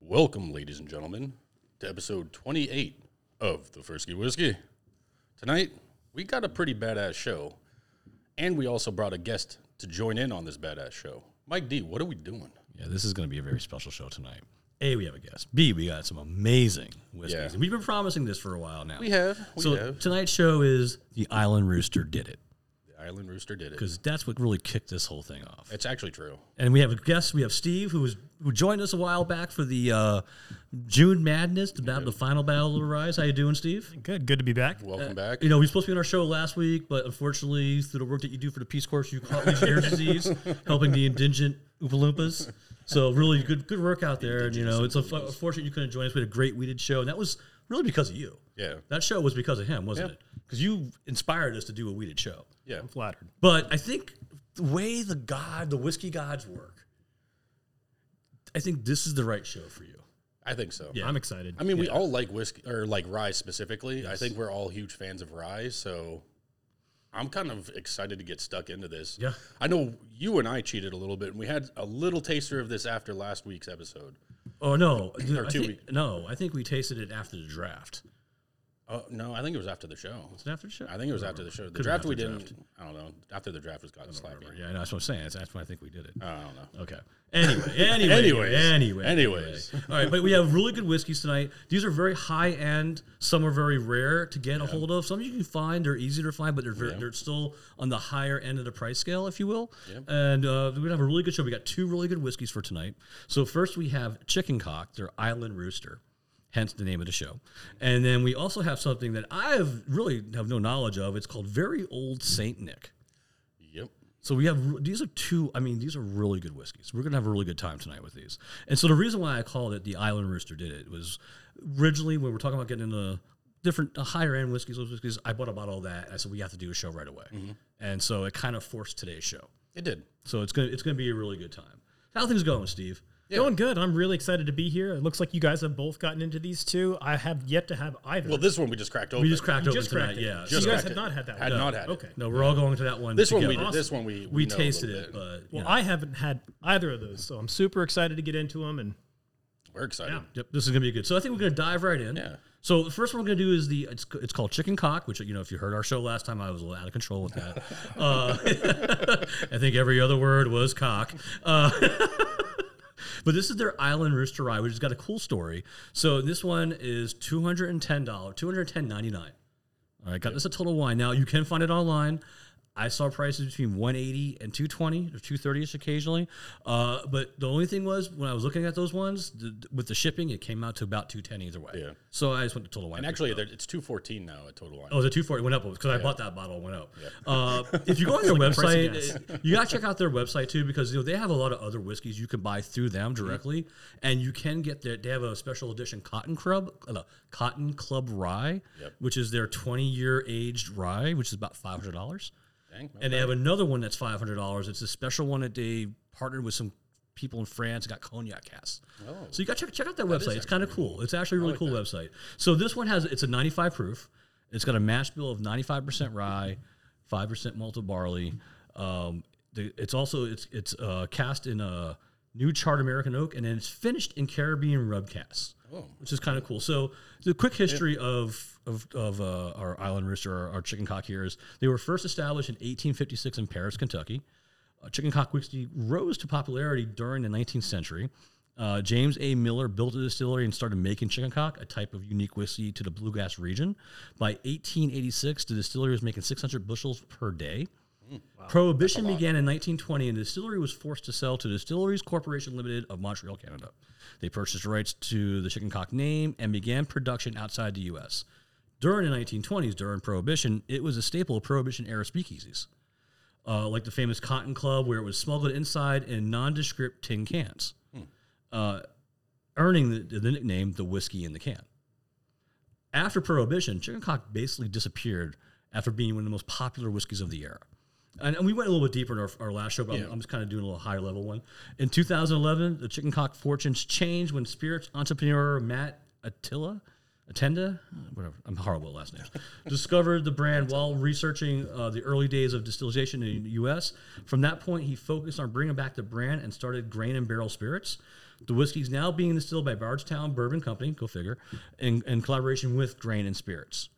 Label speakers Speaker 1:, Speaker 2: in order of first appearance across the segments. Speaker 1: Welcome, ladies and gentlemen, to episode 28 of the Frisky Whiskey. Tonight, we got a pretty badass show, and we also brought a guest to join in on this badass show. Mike D, what are we doing?
Speaker 2: Yeah, this is going to be a very special show tonight. A, we have a guest. B, we got some amazing whiskeys.
Speaker 1: Yeah.
Speaker 2: And we've been promising this for a while now.
Speaker 1: We have, we
Speaker 2: so
Speaker 1: have.
Speaker 2: tonight's show is The Island Rooster Did It,
Speaker 1: The Island Rooster did it.
Speaker 2: because that's what really kicked this whole thing off.
Speaker 1: It's actually true.
Speaker 2: And we have a guest. We have Steve, who was who joined us a while back for the uh, June Madness, the, battle, the final battle of the rise. How you doing, Steve?
Speaker 3: Good, good to be back.
Speaker 1: Welcome back.
Speaker 2: You know, he was supposed to be on our show last week, but unfortunately, through the work that you do for the Peace Corps, you caught Legionnaires' disease, helping the indigent Oompa Loompas. So really good, good work out there. And you know, it's unf- unfortunate you couldn't join us. We had a great weeded show, and that was really because of you.
Speaker 1: yeah.
Speaker 2: That show was because of him, wasn't
Speaker 1: Yeah.
Speaker 2: it? Because you inspired us to do a weeded show.
Speaker 1: Yeah.
Speaker 3: I'm flattered.
Speaker 2: But I think the way the god, the whiskey gods work, I think this is the right show for you.
Speaker 1: I think so.
Speaker 3: I'm excited.
Speaker 1: I mean, we all like whiskey or like rye specifically. I think we're all huge fans of rye, so I'm kind of excited to get stuck into this.
Speaker 2: Yeah.
Speaker 1: I know you and I cheated a little bit, and we had a little taster of this after last week's episode.
Speaker 2: Oh no, I
Speaker 1: two
Speaker 2: think-
Speaker 1: week-
Speaker 2: no, I think we tasted it after the draft.
Speaker 1: Oh no, I think it was after the show.
Speaker 2: Was it after the show?
Speaker 1: I think it was after the show. The
Speaker 2: Could've
Speaker 1: draft
Speaker 2: been
Speaker 1: we
Speaker 2: after the
Speaker 1: didn't. I don't know. After the draft was gotten slappy.
Speaker 2: Yeah, I know, that's what I'm saying. That's, that's why I think we did it.
Speaker 1: I don't know.
Speaker 2: Okay. Anyway, anyway,
Speaker 1: Anyways.
Speaker 2: anyway, anyway,
Speaker 1: Anyways.
Speaker 2: All right, but we have really good whiskeys tonight. These are very high end. Some are very rare to get a hold of. Some you can find. They're easy to find, but they're very, they're still on the higher end of the price scale, if you will. And uh, we're gonna have a really good show. We got two really good whiskeys for tonight. So first we have Chicken Cock. They're Island Rooster. Hence the name of the show, and then we also have something that I have really have no knowledge of. It's called Very Old Saint Nick.
Speaker 1: Yep.
Speaker 2: So we have these are two. I mean, these are really good whiskeys. We're gonna have a really good time tonight with these. And so the reason why I called it the Island Rooster did it was originally when we were talking about getting into different uh, higher end whiskeys, those whiskeys. I bought about all that. And I said we have to do a show right away,
Speaker 1: Mm-hmm.
Speaker 2: and so it kind of forced today's show.
Speaker 1: It did.
Speaker 2: So it's gonna it's gonna be a really good time. How are things going, Steve?
Speaker 3: Doing good. I'm really excited to be here. It looks like you guys have both gotten into these two. I have yet to have either.
Speaker 1: Well, this one we just cracked open.
Speaker 2: We just cracked
Speaker 3: You
Speaker 2: open
Speaker 3: just
Speaker 2: tonight.
Speaker 3: cracked it.
Speaker 2: Yeah.
Speaker 3: So
Speaker 1: Just
Speaker 3: you
Speaker 1: cracked
Speaker 3: guys had
Speaker 1: it.
Speaker 3: not had that.
Speaker 1: Had
Speaker 3: one.
Speaker 1: not had it.
Speaker 3: Okay.
Speaker 2: no, we're all going to that one.
Speaker 1: This one we
Speaker 2: together.
Speaker 1: did. This one we
Speaker 2: we
Speaker 1: know a little
Speaker 2: tasted
Speaker 1: bit.
Speaker 2: it, but you
Speaker 3: Well,
Speaker 2: know.
Speaker 3: I haven't had either of those, so I'm super excited to get into them. And
Speaker 1: We're excited.
Speaker 3: Yeah.
Speaker 2: Yep, this is gonna be good. So I think we're gonna dive right in.
Speaker 1: Yeah.
Speaker 2: So the first one we're gonna do is the it's, it's called chicken cock, which you know if you heard our show last time, I was a little out of control with that. uh, I think every other word was cock. Uh, but this is their Island Rooster Rye, which has got a cool story. So this one is two hundred and ten dollars, two hundred ten ninety nine. All right, got this at Total Wine. Now you can find it online. I saw prices between 180 and 220 or 230ish occasionally. Uh, but the only thing was when I was looking at those ones the, with the shipping, it came out to about 210 either way.
Speaker 1: Yeah.
Speaker 2: So I just went to Total Wine.
Speaker 1: And actually, there- it's two fourteen now at Total Wine.
Speaker 2: Oh, the 240 went up because I bought that bottle it went up. Uh, if you go on their website, it- you got to check out their website too because you know they have a lot of other whiskeys you can buy through them directly, and you can get their. They have a special edition Cotton Club, uh, no, Cotton Club Rye,
Speaker 1: Yep.
Speaker 2: which is their 20 year aged rye, which is about five hundred dollars.
Speaker 1: Dang, not
Speaker 2: And they have another one that's five hundred dollars. It's a special one that they partnered with some people in France. Got cognac casks.
Speaker 1: Oh.
Speaker 2: So you got to check, check out that website. It's kind of cool. It's actually a really cool website. So this one has it's a ninety five proof. It's got a mash bill of ninety five percent rye, five percent malted barley. Um, the, it's also it's it's uh, cast in a new charred American oak, and then it's finished in Caribbean rub casks. Which is kind of cool. So the quick history of of, of uh, our island rooster, our, our chicken cock here is they were first established in 1856 in Paris, Kentucky. Uh, chicken cock whiskey rose to popularity during the 19th century. Uh, James A. Miller built a distillery and started making chicken cock, a type of unique whiskey, to the Bluegrass region. By 1886, the distillery was making 600 bushels per day. Prohibition began in 1920, and the distillery was forced to sell to Distilleries Corporation Limited of Montreal, Canada. They purchased rights to the chicken cock name and began production outside the U.S. During the 1920s, during Prohibition, it was a staple of Prohibition era speakeasies uh, like the famous Cotton Club, where it was smuggled inside in nondescript tin cans, uh, earning the, the nickname the whiskey in the can. After Prohibition, chicken cock basically disappeared after being one of the most popular whiskeys of the era. And, and we went a little bit deeper in our, our last show, but I'm, I'm just kind of doing a little higher level one. In 2011, the chicken cock fortunes changed when spirits entrepreneur Matt Attila Attenda, whatever. I'm horrible at last names. Discovered the brand while researching uh, the early days of distillation in the U.S. From that point, he focused on bringing back the brand and started grain and barrel spirits. The whiskey is now being distilled by Bardstown Bourbon Company, go figure, in, in collaboration with Grain and Spirits,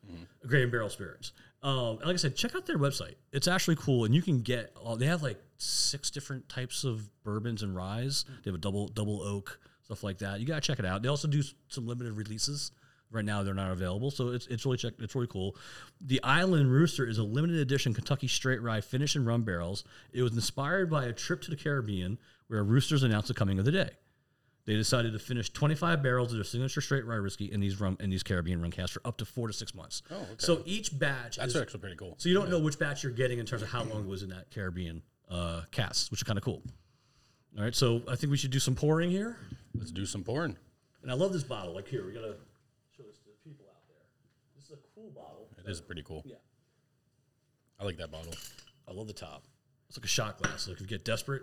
Speaker 2: Grain and Barrel Spirits. Um, and like I said, check out their website. It's actually cool, and you can get. All, they have like six different types of bourbons and ryes. They have a double double oak stuff like that. You gotta check it out. They also do s- some limited releases. Right now, they're not available, so it's, it's really check, it's really cool. The Island Rooster is a limited edition Kentucky straight rye finished in rum barrels. It was inspired by a trip to the Caribbean where roosters announced the coming of the day. They decided to finish 25 barrels of their signature straight rye whiskey in these rum in these Caribbean rum casks for up to four to six months. Oh,
Speaker 1: okay.
Speaker 2: So each batch
Speaker 1: That's
Speaker 2: is,
Speaker 1: actually pretty cool.
Speaker 2: so you don't know which batch you're getting in terms of how long it was in that Caribbean uh, cast, which is kind of cool. All right, so I think we should do some pouring here.
Speaker 1: Let's do some pouring.
Speaker 2: And I love this bottle. Like here, we gotta show this to the people out there. This is a cool bottle.
Speaker 1: It is pretty cool.
Speaker 2: Yeah.
Speaker 1: I like that bottle.
Speaker 2: I love the top. It's like a shot glass. Like if you get desperate,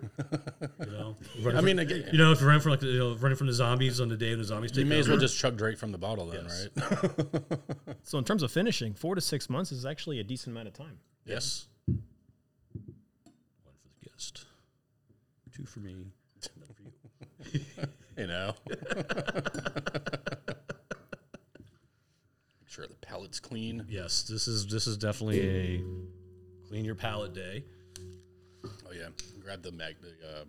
Speaker 2: you know. running
Speaker 1: I
Speaker 2: from-
Speaker 1: mean, again,
Speaker 2: you know, if you're running from like you know, running from the zombies on the day when the zombies
Speaker 1: you
Speaker 2: take
Speaker 1: may as
Speaker 2: over.
Speaker 1: well just chug right from the bottle then,
Speaker 2: Yes.
Speaker 1: right?
Speaker 3: So in terms of finishing, four to six months is actually a decent amount of time.
Speaker 1: yes.
Speaker 2: one for the guest, two for me. none for you.
Speaker 1: You know. Make sure the palate's clean.
Speaker 2: Yes, this is this is definitely a clean your palate day.
Speaker 1: Oh yeah, grab the mag, the, uh,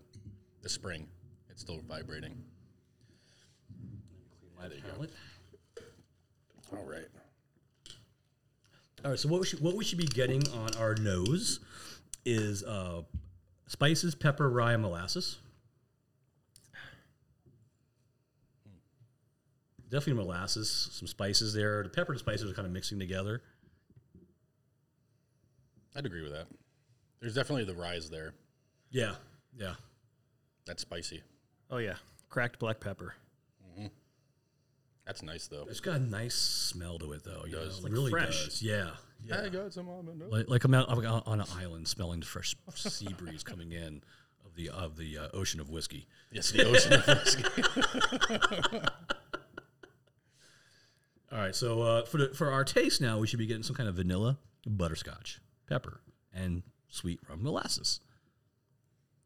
Speaker 1: the spring. It's still vibrating.
Speaker 2: Palate.
Speaker 1: All right.
Speaker 2: All right. So what we should, what we should be getting on our nose is uh, spices, pepper, rye, and molasses. Definitely molasses, some spices there. The pepper and spices are kind of mixing together.
Speaker 1: I'd agree with that. There's definitely the rise there.
Speaker 2: Yeah, yeah.
Speaker 1: That's spicy.
Speaker 3: Oh yeah, cracked black pepper.
Speaker 1: That's nice though.
Speaker 2: It's got a nice smell to it, though. It
Speaker 1: does.
Speaker 2: Like really
Speaker 3: fresh.
Speaker 2: does. Yeah, yeah.
Speaker 1: I got some almond milk.
Speaker 2: Like, like I'm out I'm out on an island, smelling the fresh sea breeze coming in of the of the uh, ocean of whiskey.
Speaker 1: Yes, the ocean. of whiskey.
Speaker 2: All right, so uh, for the, for our taste now, we should be getting some kind of vanilla, butterscotch, pepper, and sweet rum molasses.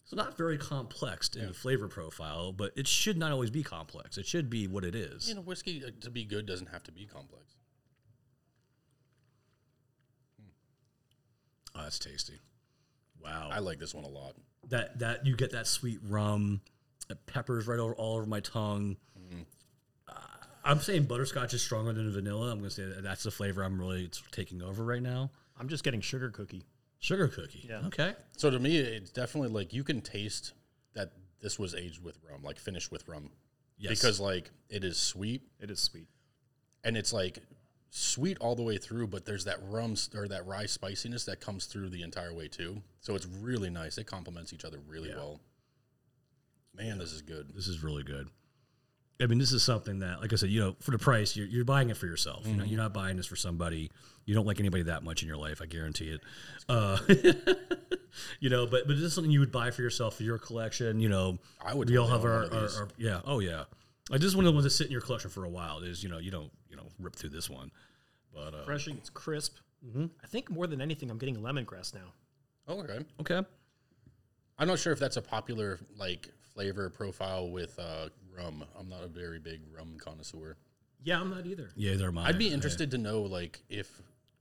Speaker 2: So not very complex in the flavor profile, but it should not always be complex. It should be what it is.
Speaker 1: you know, whiskey uh, to be good doesn't have to be complex.
Speaker 2: Oh, that's tasty. Wow,
Speaker 1: I like this one a lot.
Speaker 2: that that you get that sweet rum, that peppers right over all over my tongue. Uh, I'm saying butterscotch is stronger than vanilla. I'm going to say that that's the flavor I'm really it's taking over right now.
Speaker 3: I'm just getting sugar cookie.
Speaker 2: Sugar cookie.
Speaker 3: Yeah.
Speaker 2: Okay.
Speaker 1: So to me, it's definitely like you can taste that this was aged with rum, like finished with rum,
Speaker 2: Yes.
Speaker 1: because like it is sweet
Speaker 3: It is sweet.
Speaker 1: and it's like sweet all the way through, but there's that rum s- or that rye spiciness that comes through the entire way too. So it's really nice. It complements each other really well. Man, this is good.
Speaker 2: This is really good. I mean, this is something that, like I said, you know, for the price, you're, you're buying it for yourself. You know,
Speaker 1: Mm-hmm.
Speaker 2: you're not buying this for somebody. You don't like anybody that much in your life. I guarantee it. Uh, you know, but but this is something you would buy for yourself for your collection. You know,
Speaker 1: I would
Speaker 2: We all have
Speaker 1: totally
Speaker 2: our,
Speaker 1: own one
Speaker 2: our,
Speaker 1: of
Speaker 2: our- yeah. Oh yeah. Like this is one of the ones that sit in your collection for a while. Is you know you don't you know rip through this one, but uh,
Speaker 3: Refreshing. It's crisp. I think more than anything, I'm getting lemongrass now.
Speaker 1: Oh, okay.
Speaker 2: okay.
Speaker 1: I'm not sure if that's a popular like flavor profile with uh, rum. I'm not a very big rum connoisseur.
Speaker 3: Yeah, I'm not either.
Speaker 2: Yeah, they're mine.
Speaker 1: I'd be interested to know like if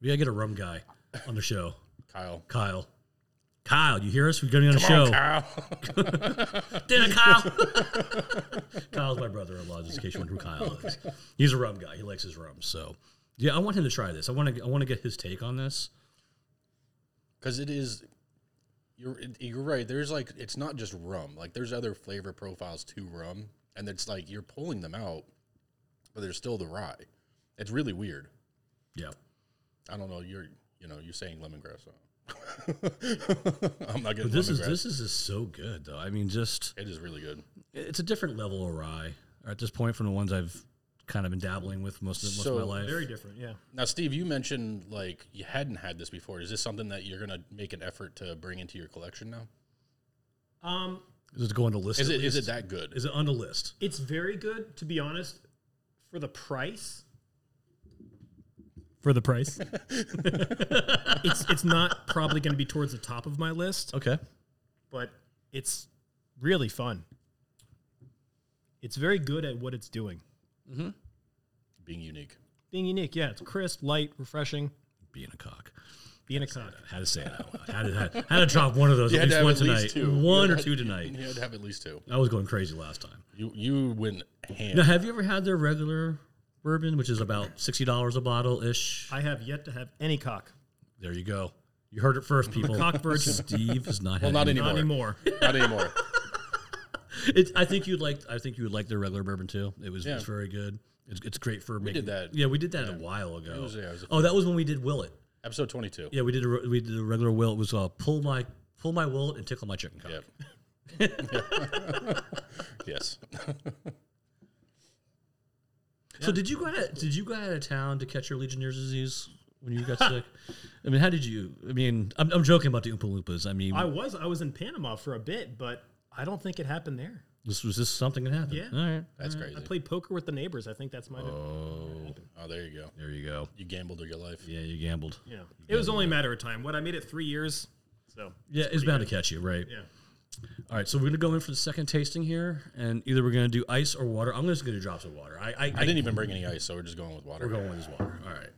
Speaker 2: We gotta get a rum guy on the show,
Speaker 1: Kyle. Oh,
Speaker 2: Kyle. Kyle, you hear us? We're gonna be on the show.
Speaker 1: Kyle.
Speaker 2: Dinner, Kyle. Kyle's my brother-in-law. Just in case you wonder who Kyle is, he's a rum guy. He likes his rum. So, yeah, I want him to try this. I want to. I want to get his take on this.
Speaker 1: because it is you're it- you're right there's like it's not just rum like there's other flavor profiles to rum and it's like you're pulling them out but there's still the rye it's really weird
Speaker 2: Yeah,
Speaker 1: i don't know you're you know you're saying lemongrass so. i'm not getting
Speaker 2: but this
Speaker 1: lemongrass
Speaker 2: is this is just so good though. I mean, just
Speaker 1: it is really good
Speaker 2: it's a different level of rye at this point from the ones I've kind of been dabbling with most of, most
Speaker 1: So,
Speaker 2: of my life.
Speaker 3: Very different. Yeah.
Speaker 1: now steve you mentioned like you hadn't had this before is this something that you're gonna make an effort to bring into your collection now
Speaker 3: Um,
Speaker 2: is it going to list?
Speaker 1: is
Speaker 2: at
Speaker 1: it is it
Speaker 2: least?
Speaker 1: that good
Speaker 2: Is it on the list?
Speaker 3: it's very good to be honest. For the price, for the price. it's it's not probably going to be towards the top of my list,
Speaker 2: Okay.
Speaker 3: but it's really fun. It's very good at what it's doing.
Speaker 1: Being unique.
Speaker 3: Being unique, yeah, it's crisp, light, refreshing.
Speaker 2: Being a cock.
Speaker 3: Being a cock.
Speaker 2: Had to say it out loud. Had to, had, had to drop one of those.
Speaker 1: You
Speaker 2: at
Speaker 1: had to
Speaker 2: least
Speaker 1: have
Speaker 2: one
Speaker 1: at least
Speaker 2: tonight.
Speaker 1: two.
Speaker 2: One
Speaker 1: You
Speaker 2: or
Speaker 1: had-
Speaker 2: two tonight.
Speaker 1: You had to have at least two.
Speaker 2: I was going crazy last time.
Speaker 1: You you went ham.
Speaker 2: Now, have you ever had their regular bourbon, which is about sixty dollars a bottle ish?
Speaker 3: I have yet to have any cock.
Speaker 2: There you go. You heard it first, people.
Speaker 3: cock virgin.
Speaker 2: Steve is not.
Speaker 1: well,
Speaker 2: had
Speaker 1: not
Speaker 2: any-
Speaker 1: anymore.
Speaker 3: Not anymore.
Speaker 1: Not anymore.
Speaker 2: It, I think you'd like. I think you would like their regular bourbon too. It was,
Speaker 1: Yeah.
Speaker 2: it's very good. It's, it's great for making.
Speaker 1: did that.
Speaker 2: Yeah, we did that a while ago.
Speaker 1: was- yeah, it was a-
Speaker 2: oh, that was when we did Willet.
Speaker 1: Episode twenty two.
Speaker 2: Yeah, we did. A, re- we did a regular Willet. It was uh, pull my pull my Willet and tickle my chicken cock.
Speaker 1: Yep. yes.
Speaker 2: So did you go out? Of, did you go out of town to catch your Legionnaire's disease when you got sick? I mean, how did you? I mean, I'm, I'm joking about the Oompa Loompas. I mean,
Speaker 3: I was I was in Panama for a bit, but I don't think it happened there.
Speaker 2: this was just something that happened.
Speaker 3: Yeah.
Speaker 2: All right.
Speaker 1: That's
Speaker 3: I
Speaker 1: crazy.
Speaker 3: played poker with the neighbors. I think that's my
Speaker 1: Oh, there you go.
Speaker 2: There you go.
Speaker 1: You gambled with your life.
Speaker 2: Yeah, you gambled.
Speaker 3: yeah. It was only a matter of time. What I made it three years, so
Speaker 2: Yeah, it's bound to catch you, right?
Speaker 3: yeah.
Speaker 2: All right, so we're gonna go in for the second tasting here, and either we're gonna do ice or water. I'm just gonna do drops of water. I, I,
Speaker 1: I didn't even bring any ice, so we're just going with water.
Speaker 2: We're going with this water. All right,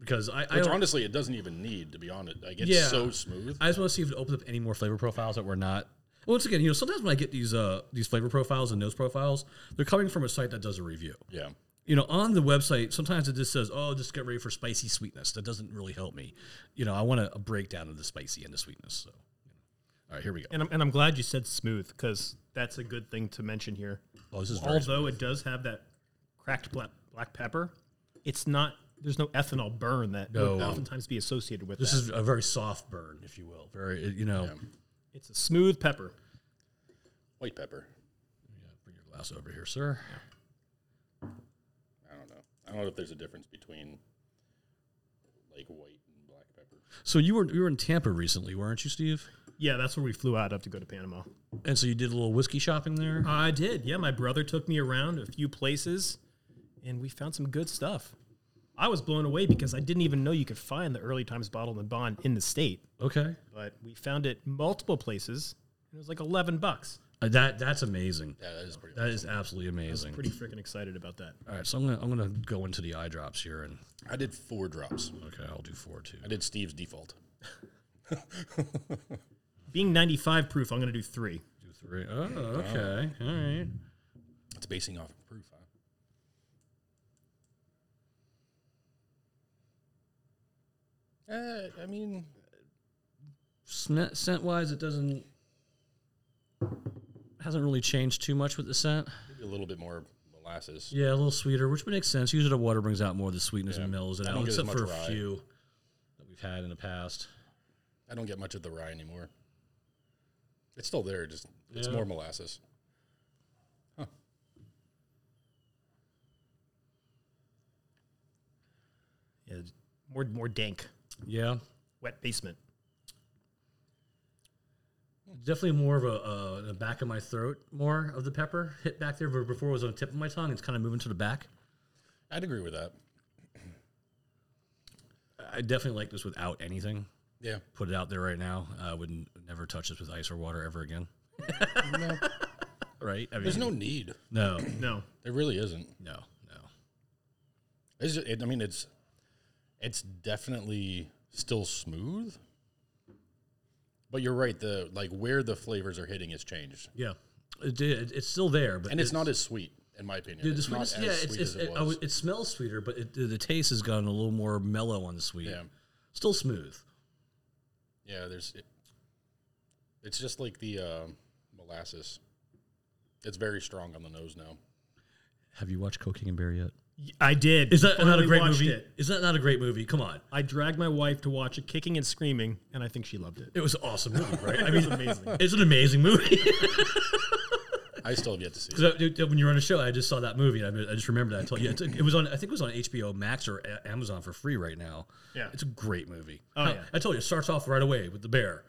Speaker 2: because I, I,
Speaker 1: Which
Speaker 2: don't-
Speaker 1: honestly, it doesn't even need to be on it. Like it's
Speaker 2: Yeah.
Speaker 1: so smooth.
Speaker 2: I just want to see if it opens up any more flavor profiles that we're not. Once again, you know, sometimes when I get these uh these flavor profiles and nose profiles, they're coming from a site that does a review.
Speaker 1: yeah.
Speaker 2: you know, on the website, sometimes it just says, "Oh, just get ready for spicy sweetness." That doesn't really help me. You know, I want a, a breakdown of the spicy and the sweetness. So, all right, here we go.
Speaker 3: And I'm, and I'm glad you said smooth because that's a good thing to mention here.
Speaker 2: Oh, this is very
Speaker 3: Although it does have that cracked black, black pepper, it's not. There's no ethanol burn that would
Speaker 2: No.
Speaker 3: oftentimes be associated with
Speaker 2: this
Speaker 3: that.
Speaker 2: is a very soft burn, if you will. Very, uh, you know,
Speaker 3: it's a smooth pepper.
Speaker 1: White pepper.
Speaker 2: bring your glass over here, sir.
Speaker 1: I don't know. I don't know if there's a difference between like white and black pepper.
Speaker 2: So you were you were in Tampa recently, weren't you, Steve?
Speaker 3: Yeah, that's where we flew out of to go to Panama.
Speaker 2: And so you did a little whiskey shopping there.
Speaker 3: I did. Yeah, my brother took me around a few places, and we found some good stuff. I was blown away because I didn't even know you could find the early times bottle and bond in the state,
Speaker 2: Okay,
Speaker 3: but we found it multiple places. And it was like eleven bucks.
Speaker 2: Uh, that that's amazing.
Speaker 1: Yeah, that is pretty.
Speaker 2: That is absolutely amazing.
Speaker 3: Pretty freaking excited about that.
Speaker 2: All right, so I'm gonna I'm gonna go into the eye drops here, and
Speaker 1: I did four drops.
Speaker 2: okay, I'll do four too.
Speaker 1: I did Steve's default.
Speaker 3: Being ninety five proof, I'm gonna do three.
Speaker 2: Do three. Oh, okay, all right.
Speaker 1: It's basing off of proof. Huh? Uh, I mean,
Speaker 2: scent, scent wise, it doesn't hasn't really changed too much with the scent.
Speaker 1: maybe a little bit more molasses.
Speaker 2: Yeah, a little sweeter, which makes sense. Usually, the water brings out more of the sweetness and mellows it
Speaker 1: I don't
Speaker 2: out,
Speaker 1: get as
Speaker 2: except
Speaker 1: much
Speaker 2: for a
Speaker 1: rye.
Speaker 2: few that we've had in the past.
Speaker 1: I don't get much of the rye anymore. It's still there, just it's
Speaker 2: Yeah.
Speaker 1: more molasses.
Speaker 3: Yeah, more more dank,
Speaker 2: Yeah,
Speaker 3: wet basement.
Speaker 2: definitely more of a uh, the back of my throat, more of the pepper hit back there. Where before it was on the tip of my tongue, it's kind of moving to the back.
Speaker 1: I'd agree with that.
Speaker 2: I definitely like this without anything.
Speaker 1: Yeah.
Speaker 2: Put it out there right now. I wouldn't never touch this with ice or water ever again.
Speaker 1: No,
Speaker 2: Right? I mean,
Speaker 1: there's no need.
Speaker 2: no,
Speaker 3: No,
Speaker 1: There really isn't.
Speaker 2: no, no.
Speaker 1: It's ju- it, I mean, it's it's definitely still smooth, but you're right. The like where the flavors are hitting has changed,
Speaker 2: Yeah, it did. It's still there, but
Speaker 1: and it's, not as sweet, in my opinion.
Speaker 2: Dude, the
Speaker 1: it's not as
Speaker 2: sweetness, yeah,
Speaker 1: sweet
Speaker 2: it's,
Speaker 1: as
Speaker 2: it's,
Speaker 1: it
Speaker 2: it, I
Speaker 1: was.
Speaker 2: would- it smells sweeter, but it, the, the taste has gotten a little more mellow on the sweet.
Speaker 1: Yeah.
Speaker 2: Still smooth.
Speaker 1: yeah, there's. It, it's just like the um molasses. It's very strong on the nose now.
Speaker 2: Have you watched Cocaine and Bear yet?
Speaker 3: Y- I did.
Speaker 2: Is that not a
Speaker 3: Finally
Speaker 2: great
Speaker 3: watched
Speaker 2: movie?
Speaker 3: it.
Speaker 2: Is that not a great movie? Come on.
Speaker 3: I dragged my wife to watch it, kicking and screaming, and I think she loved it.
Speaker 2: It was an awesome movie, right? I
Speaker 3: It was
Speaker 2: mean,
Speaker 3: amazing.
Speaker 2: it's an amazing movie.
Speaker 1: I still have yet to see. it.
Speaker 2: 'Cause I- dude, when you were on a show, I just saw that movie. And I, I just remembered that. I told you. It's, it was on, I think it was on HBO Max or A- Amazon for free right now.
Speaker 3: Yeah.
Speaker 2: It's a great movie.
Speaker 3: Oh,
Speaker 2: I,
Speaker 3: yeah.
Speaker 2: I told you, it starts off right away with the bear.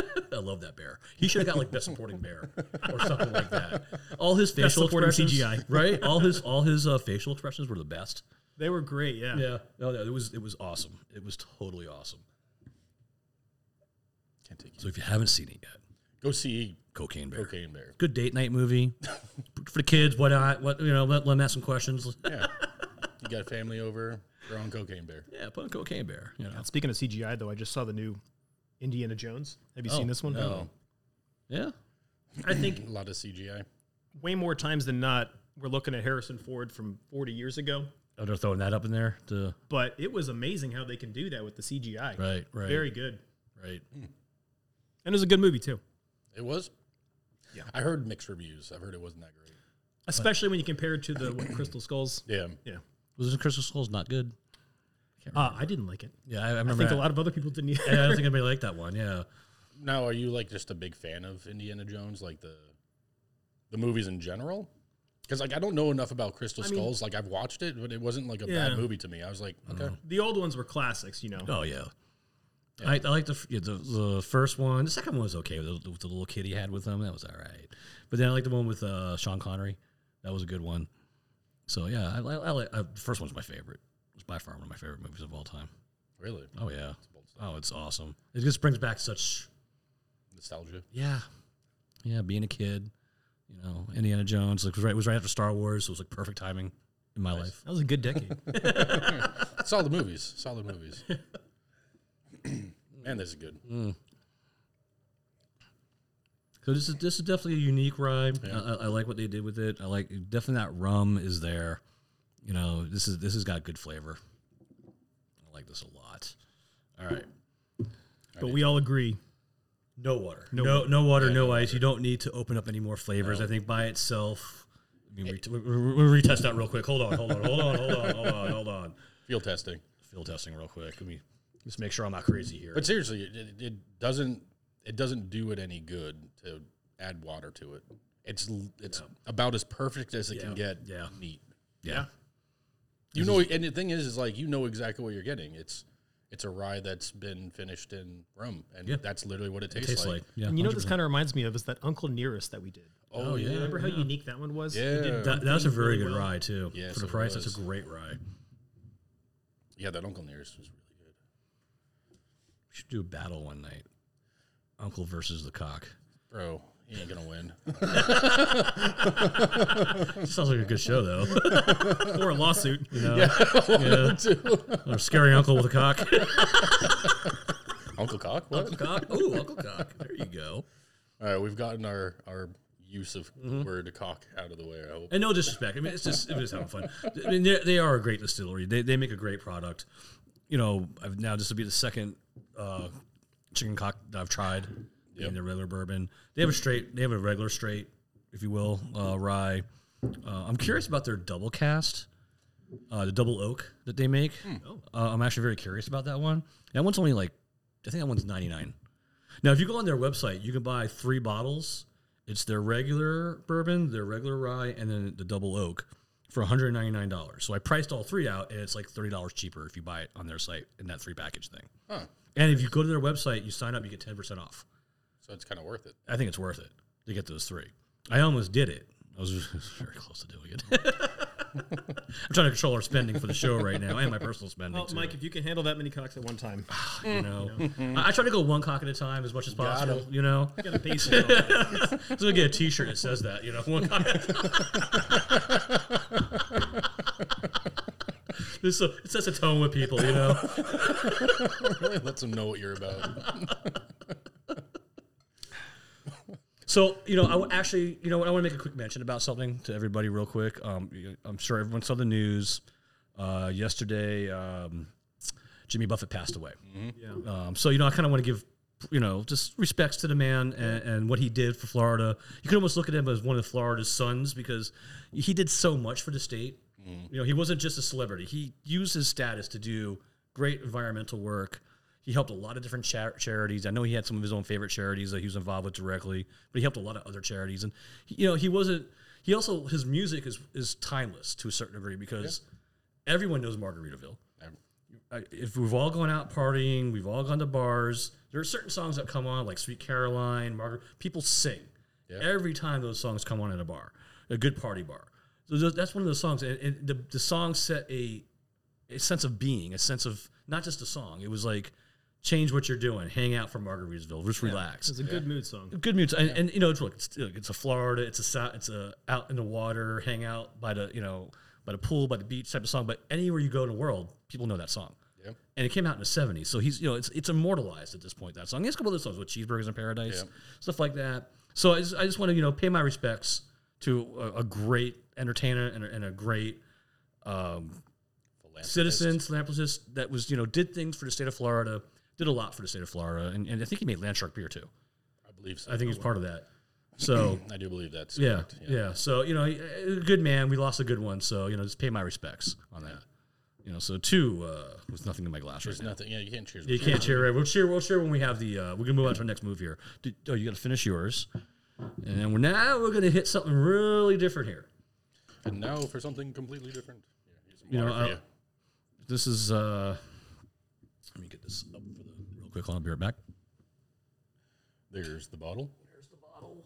Speaker 2: I love that bear. He should have got like best supporting bear or something like that. All his facial
Speaker 3: supporting
Speaker 2: expressions,
Speaker 3: CGI.
Speaker 2: right? All his all his uh, facial expressions were the best. Oh,
Speaker 3: They were great. Yeah.
Speaker 2: Yeah. No, no, it was it was awesome. It was totally awesome.
Speaker 1: Can't take you.
Speaker 2: So if you haven't seen it yet,
Speaker 1: Go see
Speaker 2: Cocaine Bear.
Speaker 1: Cocaine Bear.
Speaker 2: Good date night movie for the kids. Why not? What you know? Let, let them ask some questions.
Speaker 1: Yeah. you got family over. They're on Cocaine Bear.
Speaker 2: Yeah, put on Cocaine Bear. You know.
Speaker 3: Speaking of CGI, though, I just saw the new Indiana Jones. Have you
Speaker 2: Oh,
Speaker 3: seen this one?
Speaker 1: No.
Speaker 2: Yeah.
Speaker 3: I think
Speaker 1: A lot of CGI.
Speaker 3: way more times than not, we're looking at Harrison Ford from 40 years ago.
Speaker 2: Oh, they're throwing that up in there. To,
Speaker 3: But it was amazing how they can do that with the CGI.
Speaker 2: right. Right.
Speaker 3: Very good.
Speaker 2: right.
Speaker 3: And it was a good movie, too.
Speaker 1: It was? Yeah. I heard mixed reviews. I've heard it wasn't that great.
Speaker 3: Especially when you compare it to the what, Crystal Skulls.
Speaker 1: Yeah.
Speaker 3: Yeah.
Speaker 2: Was it Crystal Skull's not good?
Speaker 3: Uh, I didn't like it.
Speaker 2: Yeah, I, I
Speaker 3: I
Speaker 2: remember.
Speaker 3: think a
Speaker 2: that.
Speaker 3: lot of other people didn't e- either.
Speaker 2: Yeah, I don't think anybody liked that one. Yeah.
Speaker 1: Now, are you like just a big fan of Indiana Jones, like the the movies in general? Because like I don't know enough about Crystal
Speaker 3: mean-
Speaker 1: Skulls. Like I've watched it, but it wasn't like a
Speaker 3: Yeah.
Speaker 1: bad movie to me. I was like,
Speaker 2: Mm-hmm.
Speaker 1: okay,
Speaker 3: The old ones were classics, you know.
Speaker 2: Oh yeah. I, I like the, f- yeah, the the first one. The second one was okay with the, with the little kid he had with him. That was all right. But then I like the one with uh, Sean Connery. That was a good one. So yeah, I, I, I, like- I the first one's my favorite. It's by far one of my favorite movies of all time.
Speaker 1: really
Speaker 2: Oh yeah. Oh, it's awesome. It just brings back such
Speaker 1: nostalgia.
Speaker 2: yeah, yeah. Being a kid, you know, Indiana Jones. Like it was right, it was right after Star Wars. So it was like perfect timing in my life.
Speaker 3: That was a good decade.
Speaker 1: Solid movies, solid movies. Man, this is good.
Speaker 2: So this is this is definitely a unique ride. I, I- I like what they did with it. I like definitely that rum is there. You know, this is this has got good flavor. I like this a lot. All right.
Speaker 3: but we all agree.
Speaker 2: No water. No no, water, no ice. You don't need to open up any more flavors. I think by itself. I mean, we, we, we retest that real quick. Hold on, hold on, hold on, hold on, hold on, hold on.
Speaker 1: Field testing,
Speaker 2: Field testing real quick. Let me just make sure I'm not crazy here.
Speaker 1: but seriously, it, it- it doesn't it doesn't do it any good to add water to it. It's l- it's about as perfect as it can
Speaker 2: Yeah.
Speaker 1: get.
Speaker 2: Yeah.
Speaker 1: neat.
Speaker 2: yeah.
Speaker 1: You know, and the thing is, is like you know exactly what you're getting. It's it's a rye that's been finished in rum, and
Speaker 2: Yeah.
Speaker 1: that's literally what it tastes,
Speaker 2: Tastes
Speaker 1: like.
Speaker 2: like, yeah.
Speaker 3: And you know what this
Speaker 2: 100%.
Speaker 3: kind of reminds me of is that Uncle Nearest that we did.
Speaker 1: Oh,
Speaker 2: yeah.
Speaker 3: Remember how unique that one was?
Speaker 1: Yeah.
Speaker 3: He did
Speaker 2: That, that's a
Speaker 3: things
Speaker 2: very
Speaker 3: really
Speaker 2: good
Speaker 3: well.
Speaker 2: rye too.
Speaker 1: Yes,
Speaker 2: For the
Speaker 1: it
Speaker 2: price, that's
Speaker 1: was.
Speaker 2: a great rye.
Speaker 1: yeah, that Uncle Nearest was really good.
Speaker 2: We should do a battle one night. Uncle versus the cock.
Speaker 1: Bro, he ain't gonna win.
Speaker 2: Sounds like a good show though.
Speaker 3: Or a lawsuit.
Speaker 2: or scary uncle with a cock.
Speaker 1: Uncle Cock, what?
Speaker 2: cock. Ooh, Uncle cock. There you go.
Speaker 1: All right, we've gotten our our use of
Speaker 2: Mm-hmm.
Speaker 1: word cock out of the way. I hope.
Speaker 2: And no disrespect. I mean, it's just, it's just having fun. I mean, they're- they are a great distillery. They, they make a great product. You know, I've now this will be the second uh, chicken cock that I've tried in the regular bourbon. They have a straight. They have a regular straight, if you will, uh, rye. Uh, I'm curious about their double cast, uh, the double oak that they make. Uh, I'm actually very curious about that one. That one's only like, I think that one's 99. Now, if you go on their website, you can buy three bottles. It's their regular bourbon, their regular rye, and then the double oak for $199. So I priced all three out, and it's like $30 cheaper if you buy it on their site in that three package thing.
Speaker 1: Huh.
Speaker 2: And if you go to their website, you sign up, you get 10% off.
Speaker 1: So it's kind of worth it.
Speaker 2: I think it's worth it to get those three. I almost did it. I was very close to doing it. I'm trying to control our spending for the show right now and my personal spending.
Speaker 3: Well,
Speaker 2: too.
Speaker 3: Mike, if you can handle that many cocks at one time,
Speaker 2: you know, I, I try to go one cock at a time as much as possible. You know,
Speaker 3: you gotta pace yourself.
Speaker 2: so we get a T-shirt that says that. You know, one cock. This, uh, it sets a tone with people, you know.
Speaker 1: Let them know what you're about.
Speaker 2: So you know, I w- actually, you know, what I want to make a quick mention about something to everybody, real quick. Um, you- I'm sure everyone saw the news uh, yesterday. Um, Jimmy Buffett passed away.
Speaker 3: yeah.
Speaker 2: Um, so you know, I kind of want to give you know just respects to the man and, and what he did for Florida. You could almost look at him as one of Florida's sons because he did so much for the state. You know, he wasn't just a celebrity. He used his status to do great environmental work. He helped a lot of different cha- charities. I know he had some of his own favorite charities that he was involved with directly, but he helped a lot of other charities. And he- you know, he wasn't. He also his music is is timeless to a certain degree because everyone knows Margaritaville uh, if we've all gone out partying, we've all gone to bars. There are certain songs that come on, like "Sweet Caroline," "Margaret." People sing every time those songs come on at a bar, a good party bar. So tho- that's one of those songs, and, and the, the song set a a sense of being, a sense of not just a song. It was like change what you're doing, hang out for Margaritaville, just relax.
Speaker 3: It's a good mood song.
Speaker 2: Good music, and, and you know, it's look, it's, look, it's a Florida, it's a sou- it's a out in the water, hang out by the you know by the pool, by the beach type of song. But anywhere you go in the world, people know that song.
Speaker 1: Yeah.
Speaker 2: And it came out in the '70s, so he's you know it's it's immortalized at this point. That song. He has a couple other songs with Cheeseburgers in Paradise,
Speaker 1: Yeah.
Speaker 2: stuff like that. So I just, I just want to you know pay my respects to a, a great entertainer and a, and a great um, citizen philanthropist that was you know did things for the state of Florida, did a lot for the state of Florida, and, and I think he made Landshark beer too.
Speaker 1: I believe so.
Speaker 2: I think he's part of that. So
Speaker 1: I do believe that's
Speaker 2: yeah,
Speaker 1: correct.
Speaker 2: Oh, yeah, So you know, a good man. We lost a good one. So you know, just pay my respects on that. You know, so two uh, was nothing in my glass. Right
Speaker 1: There's nothing. Yeah, you can't choose.
Speaker 2: you can't cheer. Right? We'll cheer. We'll cheer when we have the. Uh, we're gonna move on to our next move here. Did, oh, you got to finish yours, and then we're now we're gonna hit something really different here.
Speaker 1: And now for something completely different. Yeah, here's some
Speaker 2: You know,
Speaker 1: water for
Speaker 2: uh, This is. uh Let me get this up for the real quick. Hold on, I'll be right back.
Speaker 1: you. There's the bottle. There's the bottle.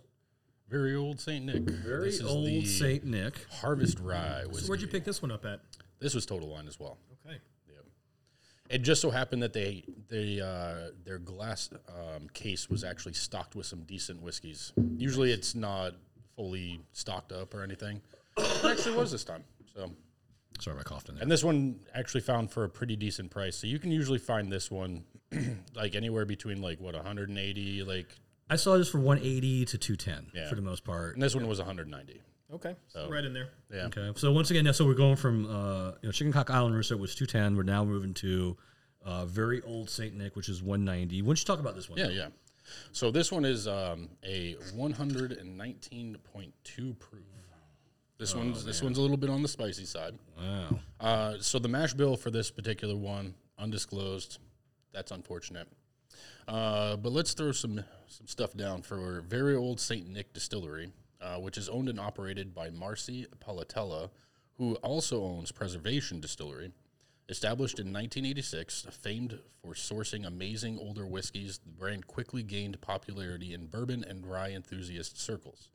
Speaker 1: Very old Saint Nick.
Speaker 2: Very
Speaker 1: This is the
Speaker 2: old Saint Nick.
Speaker 1: Harvest Rye whiskey.
Speaker 3: So where'd you pick this one up at?
Speaker 1: This was Total Wine as well.
Speaker 3: Okay.
Speaker 1: It just so happened that they they uh, their glass um, case was actually stocked with some decent whiskeys. Usually it's not fully stocked up or anything. It actually was this time. So
Speaker 2: Sorry, I coughed in there.
Speaker 1: and this one actually found for a pretty decent price. So you can usually find this one like anywhere between like what 180 like
Speaker 2: I saw this for 180 to 210
Speaker 1: Yeah.
Speaker 2: for the most part.
Speaker 1: and this one was 190.
Speaker 3: Okay. right in there.
Speaker 1: Yeah.
Speaker 2: Okay. So once again, yeah, so we're going from uh, you know, Chicken Cock Island Rooster, which is 210. We're now moving to uh, very old St. Nick, which is 190. Why don't you talk about this one?
Speaker 1: Yeah, yeah. So this one is um, a 119.2 proof. This
Speaker 2: Oh,
Speaker 1: one's this one's a little bit on the spicy side.
Speaker 2: Wow.
Speaker 1: Uh, so the mash bill for this particular one, undisclosed. That's unfortunate. Uh, but let's throw some some stuff down for very old Saint Nick Distillery, uh, which is owned and operated by Marcy Palatella, who also owns Preservation Distillery. Established in 1986, famed for sourcing amazing older whiskeys, the brand quickly gained popularity in bourbon and rye enthusiast circles.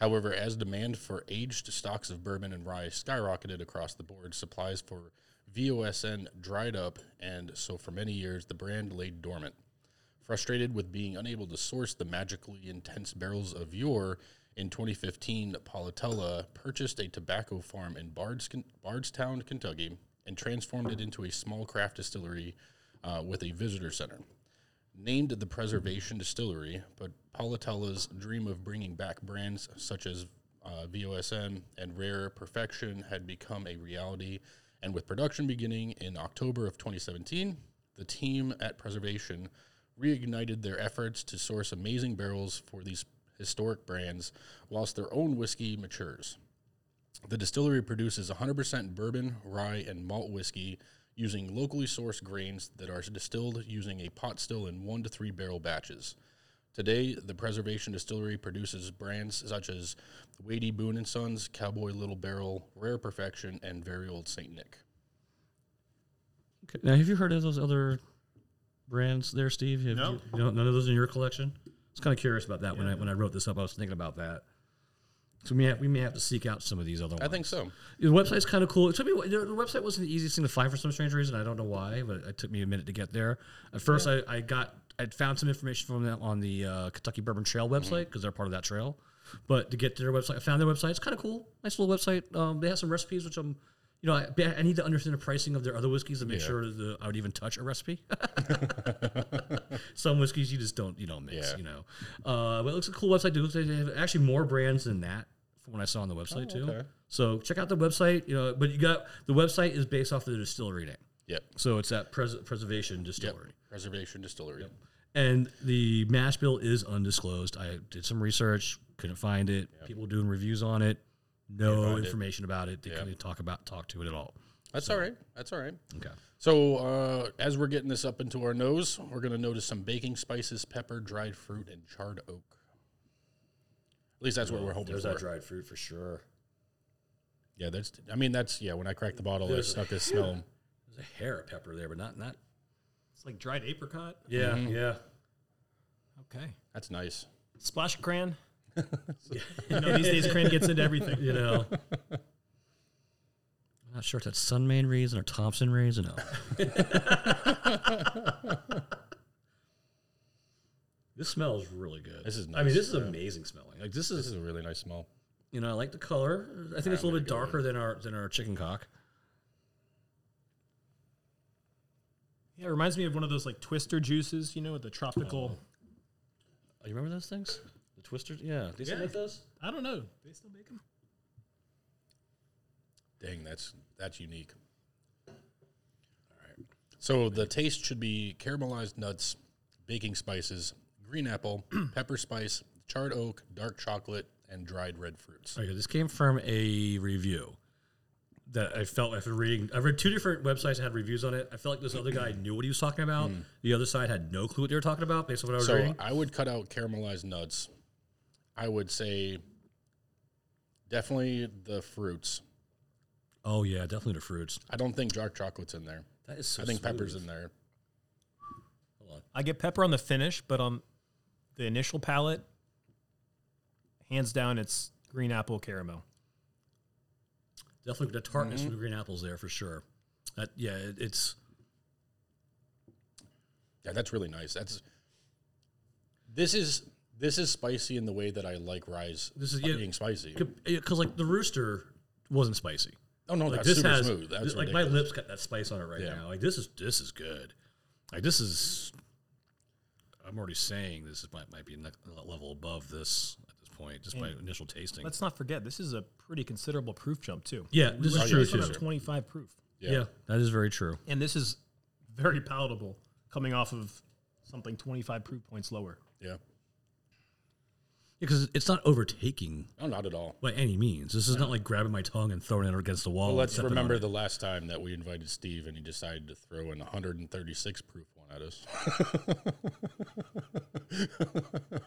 Speaker 1: However, as demand for aged stocks of bourbon and rye skyrocketed across the board, supplies for VOSN dried up, and so for many years the brand lay dormant. Frustrated with being unable to source the magically intense barrels of yore, in 2015, Palatella purchased a tobacco farm in Bards, Bardstown, Kentucky, and transformed it into a small craft distillery uh, with a visitor center named the Preservation Distillery, but Politella's dream of bringing back brands such as uh, VOSN and Rare Perfection had become a reality. And with production beginning in October of 2017, the team at Preservation reignited their efforts to source amazing barrels for these historic brands whilst their own whiskey matures. The distillery produces 100% bourbon, rye, and malt whiskey using locally sourced grains that are distilled using a pot still in one to three barrel batches. Today, the Preservation Distillery produces brands such as Wadey Boone and Sons, Cowboy Little Barrel, Rare Perfection, and Very Old Saint Nick.
Speaker 2: Okay. Now, have you heard of those other brands there, Steve? Have
Speaker 3: No.
Speaker 2: You, you know, none of those in your collection? I was kind of curious about that when, I, when I wrote this up. I was thinking about that. So we may have, we may have to seek out some of these other ones.
Speaker 1: I think so.
Speaker 2: The website's kind of cool. It took me the the website wasn't the easiest thing to find for some strange reason. I don't know why, but it took me a minute to get there. At first, I, I got I found some information from them on the uh, Kentucky Bourbon Trail website because they're part of that trail. But to get to their website, I found their website. It's kind of cool, nice little website. Um, they have some recipes, which I'm, you know, I, I need to understand the pricing of their other whiskeys to make sure that I would even touch a recipe. some whiskeys you just don't you don't mix,
Speaker 1: Yeah.
Speaker 2: you know. Uh, but it looks like a cool website. It looks like they have actually more brands than that from what I saw on the
Speaker 1: Oh,
Speaker 2: website too. So check out the website. You know, but you got the website is based off of the distillery name,
Speaker 1: Yep.
Speaker 2: so it's that pres- preservation distillery.
Speaker 1: Preservation Distillery.
Speaker 2: And the mash bill is undisclosed. I did some research, couldn't find it. People doing reviews on it, no information about it. They couldn't talk about talk to it at all.
Speaker 1: That's all right. That's all right.
Speaker 2: Okay.
Speaker 1: So, uh, as we're getting this up into our nose, we're going to notice some baking spices, pepper, dried fruit, and charred oak. At least that's what we're hoping for.
Speaker 2: dried fruit for sure.
Speaker 1: yeah, that's. I mean, that's yeah. When I cracked the bottle, I snuck this smell.
Speaker 2: There's a hair of pepper there, but not not. Mm-hmm.
Speaker 3: It's like dried apricot.
Speaker 2: Yeah, yeah.
Speaker 3: Okay.
Speaker 1: That's nice.
Speaker 3: Splash of crayon. you know, these days crayon gets into everything.
Speaker 2: You know. Not sure if that's Sunman raisin or Thompson raisin. No. this smells really good.
Speaker 1: This is
Speaker 2: I mean,
Speaker 1: nice,
Speaker 2: this is amazing smelling. Like this
Speaker 1: This
Speaker 2: is,
Speaker 1: is a really nice smell.
Speaker 2: you know, I like the color. I think it's a little bit darker than our than our chicken cock.
Speaker 3: Yeah, it reminds me of one of those like twister juices, you know, with the tropical.
Speaker 2: Oh, you remember those things? The twisters? Yeah. They still
Speaker 3: Yeah.
Speaker 2: make those?
Speaker 3: I don't know. They still make them.
Speaker 1: Dang, that's that's unique. All right. So the taste should be caramelized nuts, baking spices, green apple, pepper spice, charred oak, dark chocolate, and dried red fruits.
Speaker 2: Okay, this came from a review that I felt after reading. I read two different websites that had reviews on it. I felt like this other guy knew what he was talking about. The other side had no clue what they were talking about based on what I was
Speaker 1: Hmm. So
Speaker 2: reading.
Speaker 1: I would cut out caramelized nuts. I would say definitely the fruits.
Speaker 2: Oh yeah, definitely the fruits.
Speaker 1: I don't think dark chocolate's in there.
Speaker 2: That is so.
Speaker 1: I think pepper's
Speaker 2: smooth.
Speaker 1: in there.
Speaker 3: I get pepper on the finish, but on the initial palate, hands down, it's green apple caramel.
Speaker 2: Definitely the tartness
Speaker 1: Mm-hmm.
Speaker 2: from the green apples there for sure. That yeah, it, it's
Speaker 1: Yeah, that's really nice. That's this is this is spicy in the way that I like rice
Speaker 2: This is- yeah.
Speaker 1: being spicy.
Speaker 2: because like the rooster wasn't spicy.
Speaker 1: Oh no,
Speaker 2: Like
Speaker 1: that's
Speaker 2: this
Speaker 1: super
Speaker 2: has
Speaker 1: smooth. That's
Speaker 2: this- like my
Speaker 1: ridiculous.
Speaker 2: lips got that spice on it right
Speaker 1: Yeah.
Speaker 2: now. Like this is this is good. Like this is. I'm already saying this is, might might be ne- a level above this at this point just by initial tasting.
Speaker 3: Let's not forget, this is a pretty considerable proof jump, too.
Speaker 2: Yeah, this
Speaker 3: We're
Speaker 2: is true
Speaker 3: talking
Speaker 2: too.
Speaker 3: about 25 proof.
Speaker 1: Yeah.
Speaker 2: that is very true.
Speaker 3: And this is very palatable coming off of something 25 proof points lower.
Speaker 1: Yeah.
Speaker 2: Because it's not overtaking
Speaker 1: No, not at all.
Speaker 2: by any means. This is not like grabbing my tongue and throwing it against the wall.
Speaker 1: Well,
Speaker 2: and
Speaker 1: let's
Speaker 2: stepping on
Speaker 1: remember
Speaker 2: it.
Speaker 1: the last time that we invited Steve and he decided to throw in 136 proof one at us.
Speaker 2: that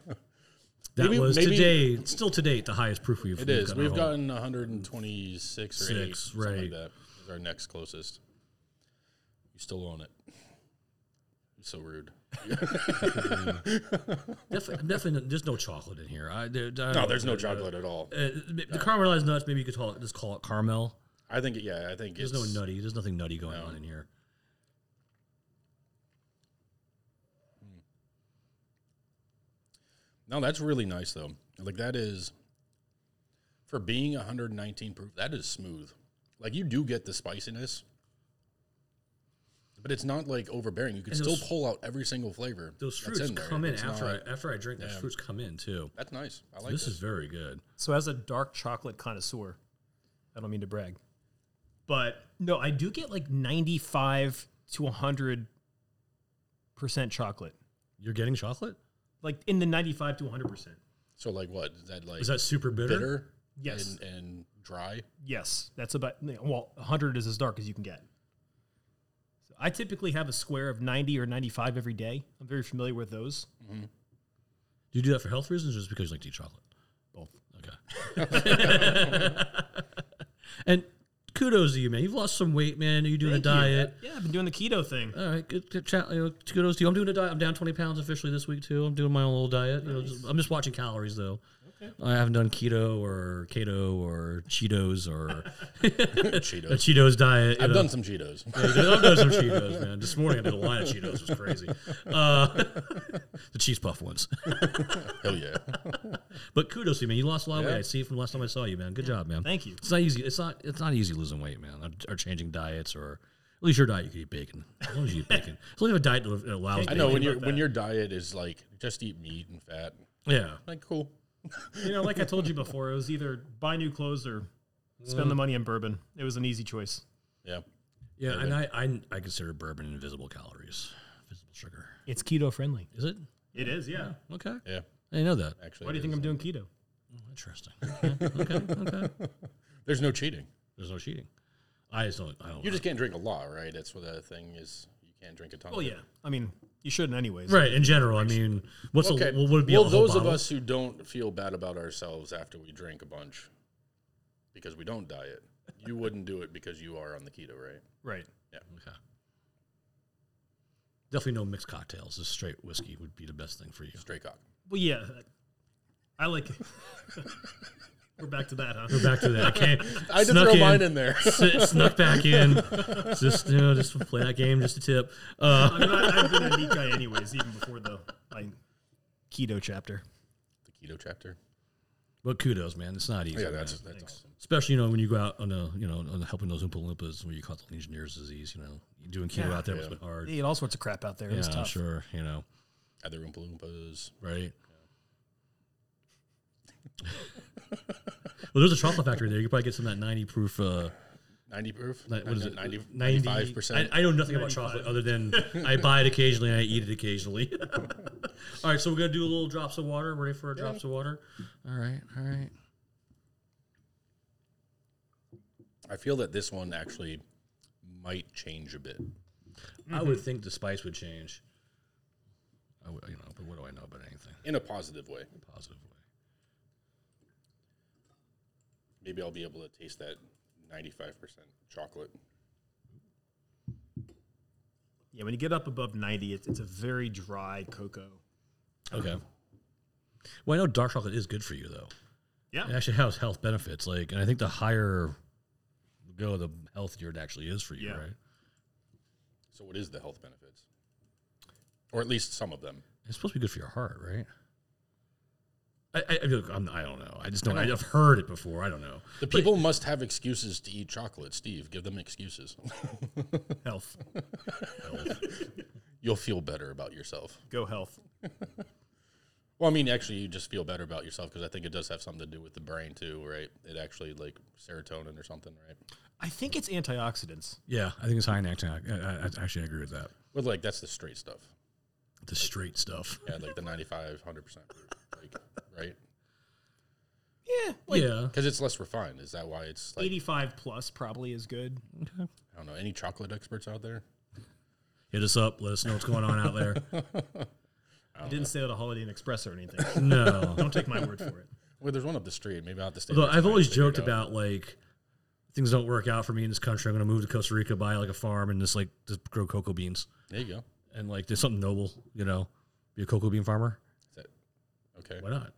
Speaker 1: maybe-
Speaker 2: was
Speaker 1: maybe-
Speaker 2: today, still to date, the highest proof we've.
Speaker 1: It is.
Speaker 2: our
Speaker 1: We've
Speaker 2: whole-
Speaker 1: gotten 126 or eight,
Speaker 2: Six,
Speaker 1: something
Speaker 2: right.
Speaker 1: like that. Is our next closest. You still own it. You're so rude.
Speaker 2: Defi- I'm definitely. There's no chocolate in here. I, there, I don't
Speaker 1: No,
Speaker 2: know.
Speaker 1: there's no chocolate at all.
Speaker 2: Uh, the caramelized nuts. Maybe you could call it. Just call it caramel.
Speaker 1: I think. it- Yeah, I think
Speaker 2: There's
Speaker 1: it's
Speaker 2: no nutty. There's nothing nutty going on in here.
Speaker 1: No, that's really nice though. Like that is for being 119 proof, that is smooth. Like you do get the spiciness, but it's not like overbearing. You can
Speaker 2: And
Speaker 1: still
Speaker 2: those-
Speaker 1: pull out every single flavor.
Speaker 2: Those
Speaker 1: that's
Speaker 2: fruits come in
Speaker 1: It's
Speaker 2: after
Speaker 1: not-
Speaker 2: I, after I drink. Those fruits come in too.
Speaker 1: that's nice. I like
Speaker 2: this
Speaker 1: this.
Speaker 2: is very good.
Speaker 3: So, as a dark chocolate connoisseur, I don't mean to brag, but no, I do get like 95 to 100% chocolate,
Speaker 2: You're getting chocolate.
Speaker 3: like in the 95 to 100%.
Speaker 1: so like what is that like
Speaker 2: Is that super bitter?
Speaker 1: bitter?
Speaker 3: Yes.
Speaker 1: and, and dry.
Speaker 3: Yes, that's about, well, 100 is as dark as you can get. So I typically have a square of 90 or 95 every day. I'm very familiar with those.
Speaker 2: Do you do that for health reasons, or just because you like to eat chocolate?
Speaker 3: Both.
Speaker 2: Okay. and kudos to you, man. You've lost some weight, man. You're doing
Speaker 3: Thank
Speaker 2: a
Speaker 3: you.
Speaker 2: diet.
Speaker 3: Yeah, I've been doing the keto thing.
Speaker 2: All right, good, good chat. You know, kudos to you. I'm doing a diet. I'm down 20 pounds officially this week too. I'm doing my own little diet. You know, just, I'm just watching calories though. Okay. I haven't done keto or keto or Cheetos or a
Speaker 1: Cheetos.
Speaker 2: Cheetos diet. you
Speaker 1: I've
Speaker 2: know.
Speaker 1: done some Cheetos.
Speaker 2: I've done some Cheetos, man. This morning I did a line of Cheetos. It was crazy. Uh, the cheese puff ones.
Speaker 1: Hell yeah.
Speaker 2: But kudos to you, man. You lost a lot of weight.
Speaker 1: Yeah.
Speaker 2: I see it from the last time I saw you, man. Good job, man.
Speaker 3: Thank you.
Speaker 2: It's not easy. It's not. It's not easy losing weight, man. Or, or changing diets, or at least your diet, you can eat bacon. As long as you eat bacon. As long as you have a diet that allows.
Speaker 1: I
Speaker 2: Bacon.
Speaker 1: know when
Speaker 3: about
Speaker 1: your when
Speaker 3: that.
Speaker 1: your diet is like just eat meat and fat.
Speaker 2: Yeah.
Speaker 1: Like cool.
Speaker 3: You know, like I told you before, it was either buy new clothes or spend the money on bourbon. It was an easy choice.
Speaker 1: Yeah.
Speaker 2: Yeah, and I, I I consider bourbon invisible calories, visible sugar.
Speaker 3: It's keto friendly.
Speaker 2: Is it?
Speaker 3: It is, yeah.
Speaker 2: Okay,
Speaker 1: Yeah.
Speaker 2: I didn't know that.
Speaker 1: Actually.
Speaker 3: Why do
Speaker 1: it
Speaker 3: you think
Speaker 1: is.
Speaker 3: I'm doing keto?
Speaker 2: Interesting. Okay, okay, okay.
Speaker 1: There's no cheating.
Speaker 2: There's no cheating. I just don't. I don't.
Speaker 1: You just can't drink a lot, right? That's what the thing is. You can't drink a ton.
Speaker 3: Well, yeah. I mean, you shouldn't, anyways.
Speaker 2: right in general. I mean, what's the
Speaker 1: Okay.
Speaker 2: what would it be?
Speaker 1: well,
Speaker 2: on the whole
Speaker 1: those of
Speaker 2: bottle?
Speaker 1: us who don't feel bad about ourselves after we drink a bunch because we don't diet, you wouldn't do it because you are on the keto, right?
Speaker 3: Right.
Speaker 2: Okay. Definitely no mixed cocktails. Just straight whiskey would be the best thing for you.
Speaker 1: Straight cock.
Speaker 3: Well, yeah. I like We're back to that, huh?
Speaker 2: Go back to that. I can't.
Speaker 1: I had to
Speaker 2: snuck
Speaker 1: throw mine in there.
Speaker 2: s- snuck back in. Just you know, just play that game just a tip. Uh,
Speaker 3: I mean, I, I've been a neat guy anyways, even before the like, keto chapter.
Speaker 1: the keto chapter.
Speaker 2: but kudos, man. It's not easy.
Speaker 1: Yeah,
Speaker 2: man.
Speaker 1: that's that's awesome.
Speaker 2: especially you know when you go out on a you know on helping those Oompa Loompas when you caught the Legionnaires' disease. You know, doing keto
Speaker 3: Yeah.
Speaker 2: out there
Speaker 1: Yeah.
Speaker 2: was been hard.
Speaker 3: They eat all sorts of crap out there.
Speaker 2: yeah,
Speaker 3: it's
Speaker 2: I'm
Speaker 3: tough.
Speaker 2: sure. You know,
Speaker 1: Other Oompa Loompas.
Speaker 2: right? well, there's a chocolate factory there. You could probably get some of that 90 proof. Uh,
Speaker 1: Ninety proof.
Speaker 2: ni- what is it?
Speaker 1: 90,
Speaker 2: 90
Speaker 1: 95 percent.
Speaker 2: I, I know nothing about chocolate other than I buy it occasionally and I eat it occasionally. all right, so we're gonna do a little drops of water. Ready for a drops of water? All right, all right.
Speaker 1: I feel that this one actually might change a bit.
Speaker 3: Mm-hmm.
Speaker 2: I would think the spice would change. I would, you know, but what do I know about anything?
Speaker 1: in a positive way.
Speaker 2: Positive way.
Speaker 1: Maybe I'll be able to taste that 95% chocolate.
Speaker 3: Yeah, when you get up above 90, it's, it's a very dry cocoa.
Speaker 2: Okay. Well, I know dark chocolate is good for you though.
Speaker 3: Yeah.
Speaker 2: It actually has health benefits. Like, and I think the higher you go, the healthier it actually is for you,
Speaker 3: Yeah.
Speaker 2: right?
Speaker 1: So, what is the health benefits? Or at least some of them.
Speaker 2: It's supposed to be good for your heart, right? I, I, I, look, I'm, I don't know. I just don't. I have heard it before. I don't know.
Speaker 1: The people must have excuses to eat chocolate, Steve. Give them excuses.
Speaker 3: Health.
Speaker 1: You'll feel better about yourself.
Speaker 3: Go health.
Speaker 1: Well, I mean, actually, you just feel better about yourself because I think it does have something to do with the brain, too, right? It actually, like, serotonin or something, right?
Speaker 3: I think it's antioxidants.
Speaker 2: Yeah, I think it's high in actin. I, I, I actually agree with that.
Speaker 1: Well, like, that's the straight stuff.
Speaker 2: The straight stuff.
Speaker 1: Yeah, like the 95, 100%. Like, right?
Speaker 3: Yeah.
Speaker 2: yeah.
Speaker 1: Because it's less refined. Is that why it's like,
Speaker 3: 85 plus probably is good.
Speaker 1: I don't know, any chocolate experts out there?
Speaker 2: Hit us up. Let us know what's going on out there.
Speaker 3: I, didn't say that a Holiday Inn Express or anything.
Speaker 2: No.
Speaker 3: Don't take my word for it.
Speaker 1: Well, there's one up the street. Maybe I'll have to stay.
Speaker 2: Although
Speaker 1: there
Speaker 2: I've
Speaker 1: tonight
Speaker 2: always
Speaker 1: and figure it
Speaker 2: joked
Speaker 1: out.
Speaker 2: about like things don't work out for me in this country. I'm going to move to Costa Rica, buy like a farm, and just like just grow cocoa beans
Speaker 1: There you go.
Speaker 2: and like there's something noble, you know, be a cocoa bean farmer.
Speaker 1: Is that- okay.
Speaker 2: Why not?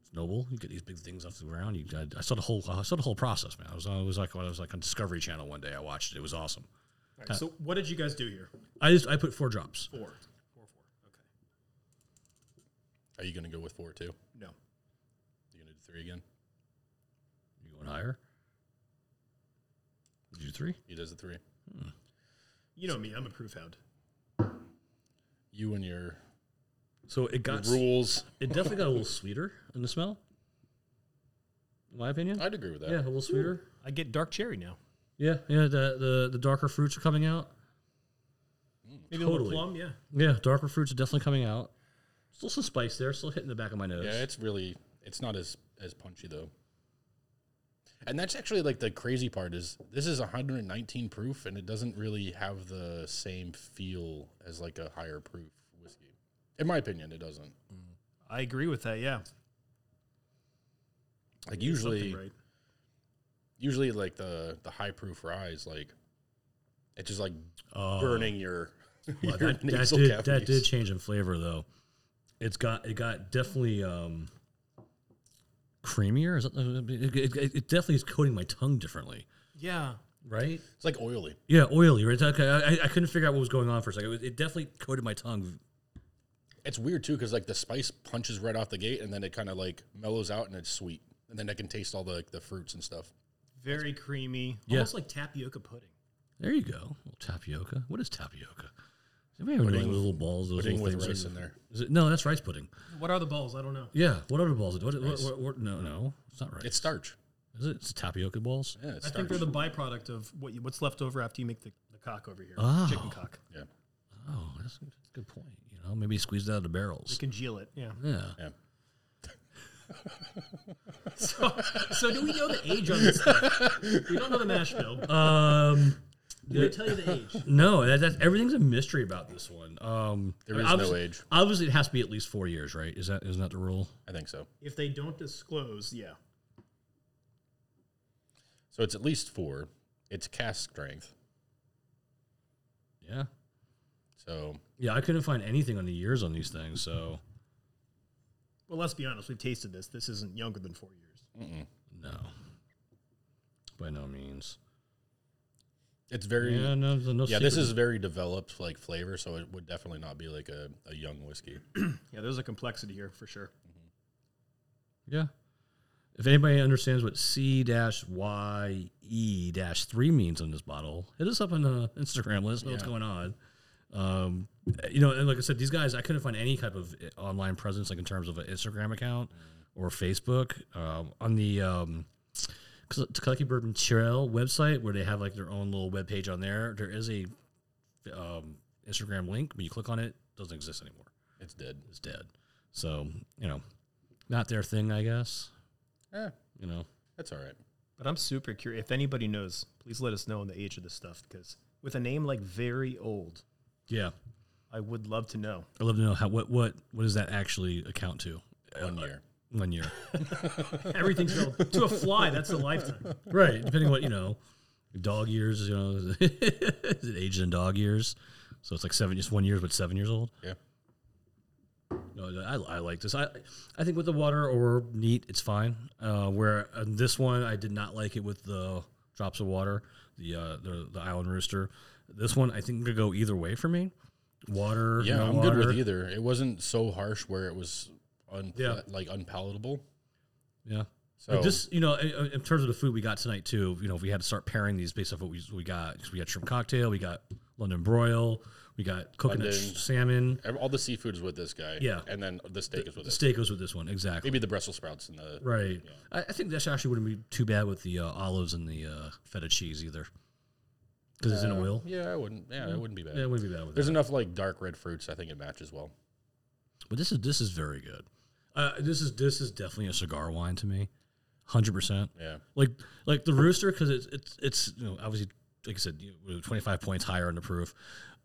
Speaker 2: It's noble. You get these big things off the ground. You, I, I saw the whole. I saw the whole process, man. I was. I was like. I was like on Discovery Channel one day. I watched it. It was awesome.
Speaker 3: So, what did you guys do here?
Speaker 2: I just. I put four drops.
Speaker 3: Four. Four, four. Okay.
Speaker 1: Are you going to go with four too?
Speaker 3: No.
Speaker 1: You going to do three again?
Speaker 2: You going higher? Did you do three?
Speaker 1: He does the three.
Speaker 3: You know me, I'm a proof hound.
Speaker 1: You and your
Speaker 2: So it got.
Speaker 1: rules.
Speaker 2: It definitely got a little sweeter in the smell. In my opinion.
Speaker 1: I'd agree with that.
Speaker 2: yeah, a little sweeter.
Speaker 3: I get dark cherry now.
Speaker 2: Yeah, yeah. The, the the darker fruits are coming out.
Speaker 3: Maybe a
Speaker 2: Totally.
Speaker 3: little plum, yeah.
Speaker 2: Yeah, darker fruits are definitely coming out. Still some spice there. Still hitting the back of my nose.
Speaker 1: Yeah, it's really. It's not as as punchy though. And that's actually like the crazy part is this is 119 proof and it doesn't really have the same feel as like a higher proof whiskey. In my opinion, it doesn't.
Speaker 3: I agree with that, yeah.
Speaker 1: Like
Speaker 3: There's something
Speaker 1: usually,
Speaker 3: right.
Speaker 1: usually like the the high proof rise, like it's just like
Speaker 2: Oh.
Speaker 1: burning your,
Speaker 2: Well,
Speaker 1: your
Speaker 2: that, that
Speaker 1: nasal
Speaker 2: did
Speaker 1: cavities.
Speaker 2: that did change in flavor though. It's got it got definitely um, creamier. Is that, it, it, it definitely is coating my tongue differently,
Speaker 3: Yeah.
Speaker 2: right?
Speaker 1: It's like oily.
Speaker 2: Yeah, oily. Right? Okay, I, I- I couldn't figure out what was going on for a second. It, was- it definitely coated my tongue.
Speaker 1: It's weird too because like the spice punches right off the gate and then it kind of like mellows out and it's sweet and then I can taste all the like, the fruits and stuff.
Speaker 3: Very creamy.
Speaker 2: Yeah.
Speaker 3: Almost like tapioca pudding.
Speaker 2: There you go. little tapioca. What is tapioca? Does anybody ever know
Speaker 1: Pudding-
Speaker 2: those little balls? Those
Speaker 1: pudding
Speaker 2: little
Speaker 1: with
Speaker 2: things
Speaker 1: rice
Speaker 2: that-
Speaker 1: in there.
Speaker 2: is it- no, that's rice pudding.
Speaker 3: What are the balls? I don't know.
Speaker 2: Yeah. What other balls? What, what, what, what- no, no, it's not rice.
Speaker 1: It's starch.
Speaker 2: is it? It's tapioca balls.
Speaker 1: Yeah, it's
Speaker 3: I
Speaker 1: starch.
Speaker 3: think they're the byproduct of what you, what's left over after you make the, the cock over here.
Speaker 2: Oh.
Speaker 3: Chicken cock.
Speaker 1: yeah,
Speaker 2: Oh, that's a good point. You know, maybe squeezed out of the barrels.
Speaker 3: You congeal it. Yeah.
Speaker 2: Yeah.
Speaker 1: yeah.
Speaker 3: So, so do we know the age on this stuff? We don't know the mash bill.
Speaker 2: Um,
Speaker 3: Did they tell you the age?
Speaker 2: no, that, that everything's a mystery about this one. Um,
Speaker 1: There is no
Speaker 2: obviously-
Speaker 1: age.
Speaker 2: Obviously, it has to be at least four years, right? Is that isn't that the rule?
Speaker 1: I think so.
Speaker 3: If they don't disclose, yeah.
Speaker 1: So it's at least four. It's cast strength.
Speaker 2: Yeah.
Speaker 1: So
Speaker 2: Yeah, I couldn't find anything on the years on these things. So
Speaker 3: Well, let's be honest. We've tasted this. This isn't younger than four years.
Speaker 1: It's very
Speaker 2: Yeah,
Speaker 1: yeah.
Speaker 2: no, there's no
Speaker 1: this
Speaker 2: secret.
Speaker 1: is very developed like flavor, so it would definitely not be like a, a young whiskey.
Speaker 3: Yeah, there's a complexity here for sure.
Speaker 2: Yeah. If anybody understands what C dash Y E dash three means on this bottle, hit us up on uh, Instagram. Let us know what's going on. Um, you know, and like I said, these guys, I couldn't find any type of uh, online presence, like in terms of an Instagram account or Facebook. Um, on the um, K- Kentucky Bourbon Trail website, where they have like their own little web page on there, there is a um, Instagram link. When you click on it, it doesn't exist anymore
Speaker 1: It's dead.
Speaker 2: is dead. So, you know, not their thing, I guess.
Speaker 1: Yeah,
Speaker 2: You know,
Speaker 1: that's all right.
Speaker 3: But I'm super curious. If anybody knows, please let us know on the age of this stuff because with a name like very old,
Speaker 2: yeah.
Speaker 3: I would love to know.
Speaker 2: I'd love to know how what what what does that actually account to? uh,
Speaker 1: One year.
Speaker 2: One year,
Speaker 3: Everything's old. to a fly. That's a lifetime.
Speaker 2: right? Depending what you know, dog years. You know, is it aged in dog years? So it's like seven, just one years, but seven years old.
Speaker 1: Yeah.
Speaker 2: No, I, I like this. I I think with the water or neat, it's fine. Uh, where uh, this one, I did not like it with the drops of water, the uh, the, the island rooster. This one, I think could go either way for me. Water,
Speaker 1: Yeah,
Speaker 2: no
Speaker 1: I'm
Speaker 2: water.
Speaker 1: good with either. It wasn't so harsh where it was un-
Speaker 2: Yeah.
Speaker 1: like unpalatable.
Speaker 2: Yeah.
Speaker 1: So
Speaker 2: Like this, you know, in, in terms of the food we got tonight too, you know, we had to start pairing these based off what we, we got. 'Cause we got shrimp cocktail, we got London broil, we got coconut
Speaker 1: London.
Speaker 2: salmon.
Speaker 1: ev- all the seafood is with this guy.
Speaker 2: Yeah.
Speaker 1: and then the steak is with
Speaker 2: The
Speaker 1: this.
Speaker 2: steak goes with this one, exactly.
Speaker 1: Maybe the Brussels sprouts and the
Speaker 2: Right. I, I think that actually wouldn't be too bad with the uh, olives and the uh, feta cheese either, because it's in
Speaker 1: Uh,
Speaker 2: oil.
Speaker 1: Yeah, I wouldn't. Yeah, it wouldn't be bad.
Speaker 2: Yeah, it wouldn't be bad with
Speaker 1: There's
Speaker 2: that.
Speaker 1: enough like dark red fruits. I think it matches well.
Speaker 2: But this is this is very good. Uh, this is this is definitely a cigar wine to me, hundred percent.
Speaker 1: Yeah,
Speaker 2: like like the rooster because it's it's it's you know obviously like I said twenty five points higher on the proof.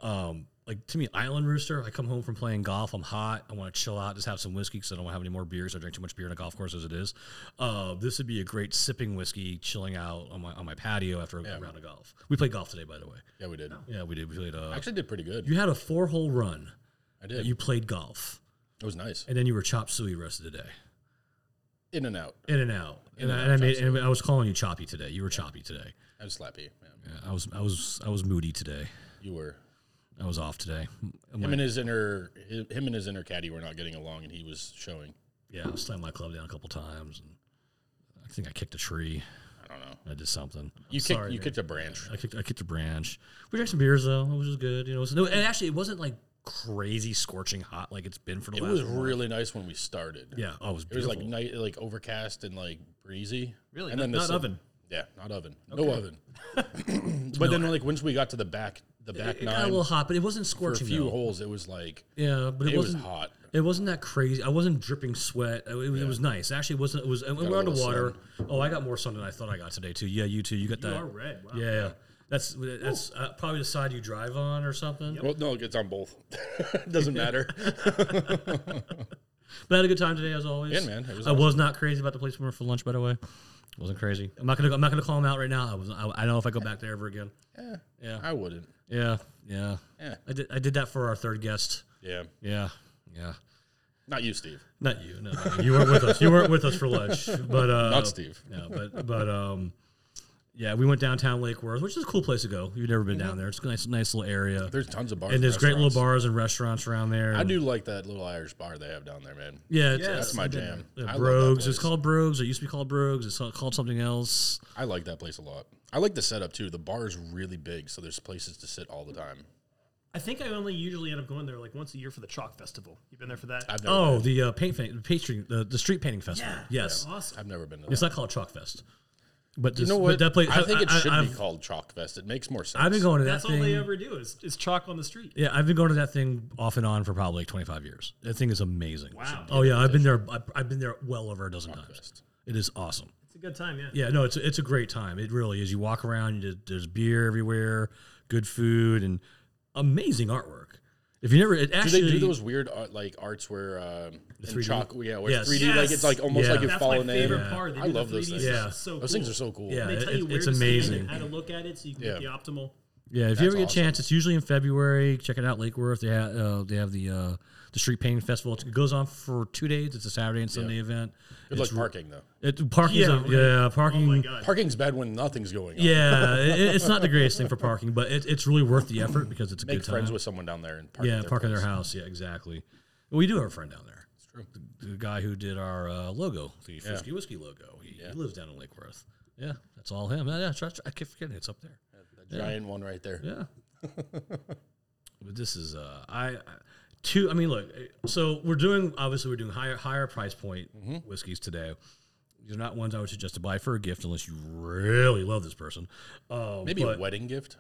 Speaker 2: Um, like to me, Island Rooster. I come home from playing golf. I'm hot. I want to chill out, just have some whiskey because I don't want to have any more beers. I drink too much beer on a golf course as it is. Uh, this would be a great sipping whiskey, chilling out on my on my patio after a round of golf. We played golf today, by the way.
Speaker 1: yeah, we did.
Speaker 2: Yeah, we did. We played. Uh,
Speaker 1: Actually, did pretty good.
Speaker 2: you had a four hole run.
Speaker 1: I did.
Speaker 2: You played golf,
Speaker 1: it was nice.
Speaker 2: and then you were chop suey the rest of the day.
Speaker 1: In and out.
Speaker 2: In and out. And, I, and I made. And I was calling you choppy today. You were choppy today.
Speaker 1: I was slappy. Man.
Speaker 2: I was I was I was moody today.
Speaker 1: You were.
Speaker 2: I was off today. I'm
Speaker 1: Him
Speaker 2: like,
Speaker 1: and his inner hi- him and his inner caddy were not getting along, and he was showing.
Speaker 2: yeah, I slammed my club down a couple times. And I think I kicked a tree.
Speaker 1: I don't know.
Speaker 2: I did something.
Speaker 1: You kicked you kicked a branch.
Speaker 2: I kicked I kicked a branch. We drank some beers though. It was just good. You know, it was- no, and actually it wasn't like crazy scorching hot like it's been for the
Speaker 1: It
Speaker 2: last.
Speaker 1: was
Speaker 2: month.
Speaker 1: really nice when we started.
Speaker 2: yeah. Oh, it was
Speaker 1: It was
Speaker 2: beautiful.
Speaker 1: like night, like overcast and like breezy.
Speaker 3: Really?
Speaker 1: and
Speaker 3: Not-
Speaker 1: the
Speaker 3: not
Speaker 1: sun-
Speaker 3: oven?
Speaker 1: Yeah, not oven. No oven. but then, like once we got to the back, the back
Speaker 2: it got a
Speaker 1: nine,
Speaker 2: little hot, but it wasn't
Speaker 1: for a
Speaker 2: scorching.
Speaker 1: few
Speaker 2: though.
Speaker 1: holes, it was like
Speaker 2: yeah, but it,
Speaker 1: it was
Speaker 2: wasn't
Speaker 1: hot.
Speaker 2: It wasn't that crazy. I wasn't dripping sweat. It, was- it was nice. Actually, it wasn't. It was. And we were
Speaker 1: a
Speaker 2: on the
Speaker 1: little
Speaker 2: water. Oh, I got more sun than I thought I got today too. Yeah, you too. You got that.
Speaker 3: You are red. Wow.
Speaker 2: Yeah, yeah. That's that's uh, probably the side you drive on or something.
Speaker 1: Well, no, it's on both. Doesn't matter.
Speaker 2: But I had a good time today as always.
Speaker 1: Yeah, man, it was
Speaker 2: I was not crazy about the place we were for lunch, by the way. Wasn't crazy. I'm not gonna. Go, I'm not gonna call him out right now. I was. I, I don't know if I go back there ever again.
Speaker 1: yeah,
Speaker 2: Yeah.
Speaker 1: Eh, I wouldn't.
Speaker 2: Yeah, yeah.
Speaker 1: Yeah.
Speaker 2: I did. I did that for our third guest.
Speaker 1: Yeah,
Speaker 2: Yeah, yeah.
Speaker 1: not you, Steve.
Speaker 2: Not you. No, no, no. you weren't with us. You weren't with us for lunch. But uh,
Speaker 1: Not Steve.
Speaker 2: Yeah, but but um, yeah. We went downtown Lake Worth, which is a cool place to go. You've never been down there. It's a nice, nice little area.
Speaker 1: There's tons of bars
Speaker 2: and there's great little
Speaker 1: restaurants.
Speaker 2: bars and restaurants around there.
Speaker 1: I do like that little Irish bar they have down there, man.
Speaker 2: Yeah, it's,
Speaker 3: Yes.
Speaker 2: it's-
Speaker 1: That's my
Speaker 3: I've been
Speaker 1: jam.
Speaker 2: Yeah,
Speaker 1: I love that
Speaker 2: Brogues. It's
Speaker 1: place.
Speaker 2: called Brogues. It used to be called Brogues. It's called something else.
Speaker 1: I like that place a lot. I like the setup too. The bar is really big, so there's places to sit all the time.
Speaker 3: I think I only usually end up going there like once a year for the chalk festival. You've been there for that?
Speaker 1: I've never,
Speaker 2: Oh, the uh, paint, fa- the pastry, the, the street painting festival. Yes,
Speaker 3: Awesome.
Speaker 1: I've never been to that.
Speaker 2: it's not called Chalk Fest, but this,
Speaker 1: you know
Speaker 2: but
Speaker 1: what?
Speaker 2: that place.
Speaker 1: I think it should
Speaker 2: I,
Speaker 1: be
Speaker 2: have
Speaker 1: called Chalk Fest. It makes more sense.
Speaker 2: I've been going to that
Speaker 3: That's all
Speaker 2: thing.
Speaker 3: they ever do is, is chalk on the street.
Speaker 2: yeah, I've been going to that thing off and on for probably like 25 years. That thing is amazing.
Speaker 3: Wow.
Speaker 2: Oh yeah, I've been there. I've, I've been there well over a dozen times.
Speaker 1: Fest.
Speaker 2: It is awesome.
Speaker 3: It's a good time, yeah.
Speaker 2: Yeah, no, it's it's a great time. It really is. You walk around, you, there's beer everywhere, good food, and amazing artwork. If you never, it
Speaker 1: Do
Speaker 2: actually
Speaker 1: they do those weird art, like arts where um, in
Speaker 2: 3D?
Speaker 1: chalk? Yeah, where
Speaker 2: Yes.
Speaker 1: it's 3D. Like it's like almost
Speaker 2: Yeah.
Speaker 1: like you've
Speaker 3: That's my
Speaker 1: fallen in.
Speaker 3: favorite part. They
Speaker 1: I
Speaker 3: do the
Speaker 1: love those
Speaker 3: 3D
Speaker 1: things.
Speaker 3: stuff.
Speaker 2: Yeah.
Speaker 3: It's
Speaker 1: Those
Speaker 3: so cool.
Speaker 1: things are so cool.
Speaker 2: Yeah.
Speaker 3: They tell
Speaker 2: it-
Speaker 3: you where
Speaker 2: it's
Speaker 3: to stand
Speaker 2: amazing.
Speaker 3: and how to look at it so you can
Speaker 1: Yeah.
Speaker 3: get the optimal.
Speaker 2: Yeah, if you ever
Speaker 1: That's awesome.
Speaker 2: get a chance, it's usually in February. Check it out, Lake Worth. They have uh, they have the uh, the street painting festival. It's- It goes on for two days. It's a Saturday and Sunday event.
Speaker 1: Good luck parking though.
Speaker 2: It, parking's
Speaker 3: Yeah,
Speaker 2: yeah,
Speaker 3: right.
Speaker 2: yeah, parking.
Speaker 3: Oh my god.
Speaker 1: Parking's bad when nothing's going on.
Speaker 2: Yeah, it, it's not the greatest thing for parking, but it, it's really worth the effort because it's a
Speaker 1: Make
Speaker 2: good time.
Speaker 1: friends with someone down there and park.
Speaker 2: yeah,
Speaker 1: at their
Speaker 2: park at their
Speaker 1: place.
Speaker 2: house. Yeah, exactly. We do have a friend down there. It's true. The, the guy who did our uh, logo, the Frisky Whiskey logo. He, he lives down in Lake Worth. Yeah, that's all him. Yeah, yeah, try- try- I keep forgetting it's up there.
Speaker 1: The giant one right there.
Speaker 2: Yeah. but this is uh I I- two I mean look, eh, so we're doing obviously we're doing higher higher price point
Speaker 1: Mm-hmm.
Speaker 2: whiskeys today. These are not ones I would suggest to buy for a gift unless you really love this person. Um,
Speaker 1: Maybe
Speaker 2: but,
Speaker 1: a wedding gift.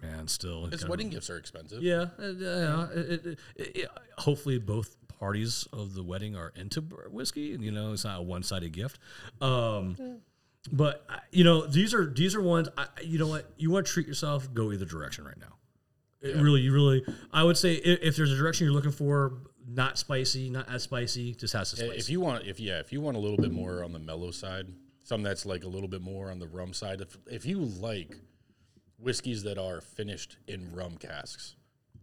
Speaker 2: man, still
Speaker 1: His
Speaker 2: kind of-
Speaker 1: wedding gifts are expensive.
Speaker 2: Yeah, eh, yeah. it- it- it- it- hopefully both parties of the wedding are into b- whiskey, and you know it's not a one sided gift. Um, But I- you know these are these are ones. I, you know what you want to treat yourself. Go either direction right now. It Really, you really. I would say if, if there's a direction you're looking for, not spicy, not as spicy, just has to
Speaker 1: Yeah,
Speaker 2: spice.
Speaker 1: If you want, if yeah, if you want a little bit more on the mellow side, some that's like a little bit more on the rum side. If if you like whiskeys that are finished in rum casks,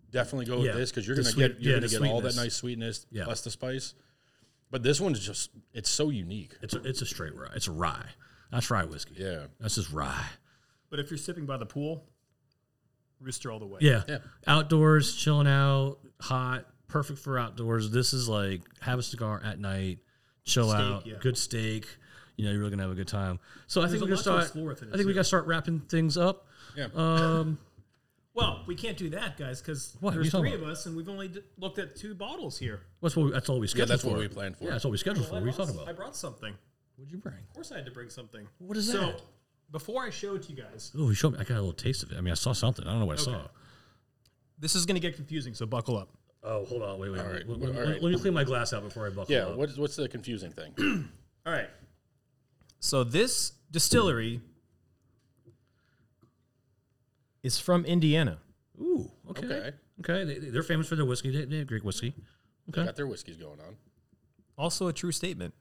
Speaker 1: definitely go
Speaker 2: Yeah.
Speaker 1: with this because you're
Speaker 2: The
Speaker 1: gonna
Speaker 2: sweet-
Speaker 1: get you're
Speaker 2: yeah,
Speaker 1: gonna
Speaker 2: the
Speaker 1: get all that
Speaker 2: sweetness.
Speaker 1: nice sweetness
Speaker 2: Yeah.
Speaker 1: plus the spice. But this one's just it's so unique.
Speaker 2: it's a, it's a straight rye. It's a rye. That's rye whiskey.
Speaker 1: Yeah,
Speaker 2: That's just rye.
Speaker 3: But if you're sipping by the pool, rooster all the way.
Speaker 2: Yeah.
Speaker 1: Yeah.
Speaker 2: Outdoors, chilling out, hot, perfect for outdoors. This is like have a cigar at night, chill
Speaker 3: Steak,
Speaker 2: out,
Speaker 3: yeah.
Speaker 2: good steak. You know, you're really gonna have a good time. So I
Speaker 3: There's
Speaker 2: think we're gonna
Speaker 3: a lot to
Speaker 2: start.
Speaker 3: explore with it,
Speaker 2: I think we
Speaker 3: too.
Speaker 2: gotta start wrapping things up.
Speaker 1: yeah.
Speaker 2: Um,
Speaker 3: Well, we can't do that, guys, because
Speaker 2: What? What
Speaker 3: there's
Speaker 2: are you
Speaker 3: three
Speaker 2: talking
Speaker 3: of us, and we've only d- looked at two bottles here.
Speaker 2: that's what we, that's all we
Speaker 1: yeah,
Speaker 2: scheduled.
Speaker 1: that's what
Speaker 2: for.
Speaker 1: we planned for.
Speaker 2: Yeah, that's all we scheduled for.
Speaker 3: I
Speaker 2: What are you
Speaker 3: brought-
Speaker 2: talking about?
Speaker 3: I brought something. Of
Speaker 2: What'd you bring?
Speaker 3: course, I had to bring something.
Speaker 2: What is
Speaker 3: So,
Speaker 2: that?
Speaker 3: before I show it to you guys,
Speaker 2: Oh, you showed me. I got a little taste of it. I mean, I saw something. I don't know what I saw.
Speaker 3: Okay. this is going to get confusing, so buckle up.
Speaker 2: Oh, hold on. Wait, wait.
Speaker 1: All right,
Speaker 2: Let,
Speaker 1: all
Speaker 2: let-
Speaker 1: right.
Speaker 2: let me clean my glass out before I buckle
Speaker 1: Yeah,
Speaker 2: up.
Speaker 1: what's what's the confusing thing?
Speaker 3: All right. So this distillery is from Indiana.
Speaker 2: Ooh. Okay.
Speaker 1: Okay.
Speaker 2: Okay. They, they- they're famous for their whiskey. They, they have great whiskey. Okay.
Speaker 1: Got their whiskeys going on.
Speaker 3: Also, a true statement.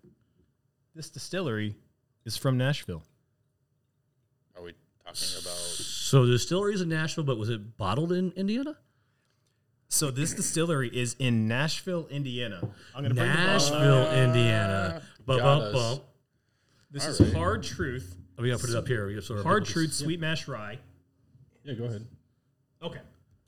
Speaker 3: This distillery is from Nashville.
Speaker 1: Are we talking about?
Speaker 2: So the distillery is in Nashville, but was it bottled in Indiana?
Speaker 3: So this distillery is in Nashville, Indiana. I'm going to bring the bottle.
Speaker 2: Nashville, Indiana. Bum,
Speaker 1: Ah. got
Speaker 2: bum,
Speaker 1: us.
Speaker 2: bum.
Speaker 3: This
Speaker 1: All
Speaker 3: is
Speaker 1: right.
Speaker 3: Hard Truth.
Speaker 2: Oh, we gotta put it up here. We gotta sort of-
Speaker 3: Hard Truth Sweet Mash Rye.
Speaker 1: Yeah, go ahead.
Speaker 3: Okay.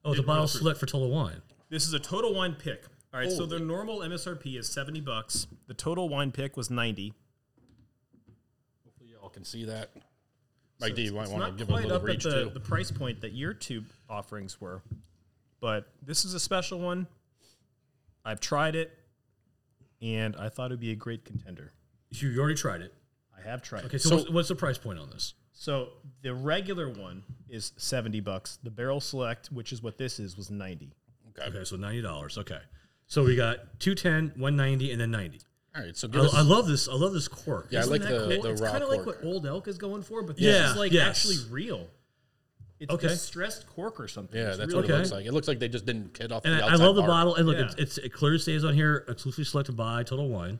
Speaker 2: Oh, the bottle select for total wine.
Speaker 3: This is a total wine pick. All right, so
Speaker 1: Holy.
Speaker 3: the normal MSRP is 70 bucks. The total wine pick was 90.
Speaker 1: Y'all can see that. Mike D, you might
Speaker 3: It's
Speaker 1: want
Speaker 3: not
Speaker 1: to give a
Speaker 3: quite
Speaker 1: little
Speaker 3: up at
Speaker 1: reach
Speaker 3: the,
Speaker 1: too.
Speaker 3: the price point that your two offerings were, but this is a special one. I've tried it, and I thought it would be a great contender.
Speaker 2: You you already tried it.
Speaker 3: I have tried
Speaker 2: Okay,
Speaker 3: it.
Speaker 2: so,
Speaker 1: So-
Speaker 2: what's, what's the price point on this?
Speaker 3: So the regular one is 70 bucks. The barrel select, which is what this is, was 90.
Speaker 2: Okay, so ninety dollars. Okay, so we got 210, 190, and then ninety.
Speaker 1: All right, so
Speaker 2: I,
Speaker 1: give us
Speaker 2: I love this. I love this cork.
Speaker 1: Yeah, I like
Speaker 3: Isn't that
Speaker 1: the,
Speaker 3: cool?
Speaker 1: the
Speaker 3: it's
Speaker 1: raw
Speaker 3: kind of like
Speaker 1: cork.
Speaker 3: what Old Elk is going for, but
Speaker 2: Yeah,
Speaker 3: this is like
Speaker 2: yes.
Speaker 3: actually real. It's
Speaker 2: Okay.
Speaker 3: distressed cork or something.
Speaker 1: yeah,
Speaker 3: It's
Speaker 1: that's
Speaker 3: really
Speaker 1: what it looks
Speaker 2: Okay.
Speaker 1: like. It looks like they just didn't get off
Speaker 2: and
Speaker 1: the
Speaker 2: I, I
Speaker 1: outside
Speaker 2: love the
Speaker 1: bar.
Speaker 2: bottle. And look,
Speaker 3: Yeah.
Speaker 2: it's, it's it clearly stays on here. Exclusively selected by Total Wine.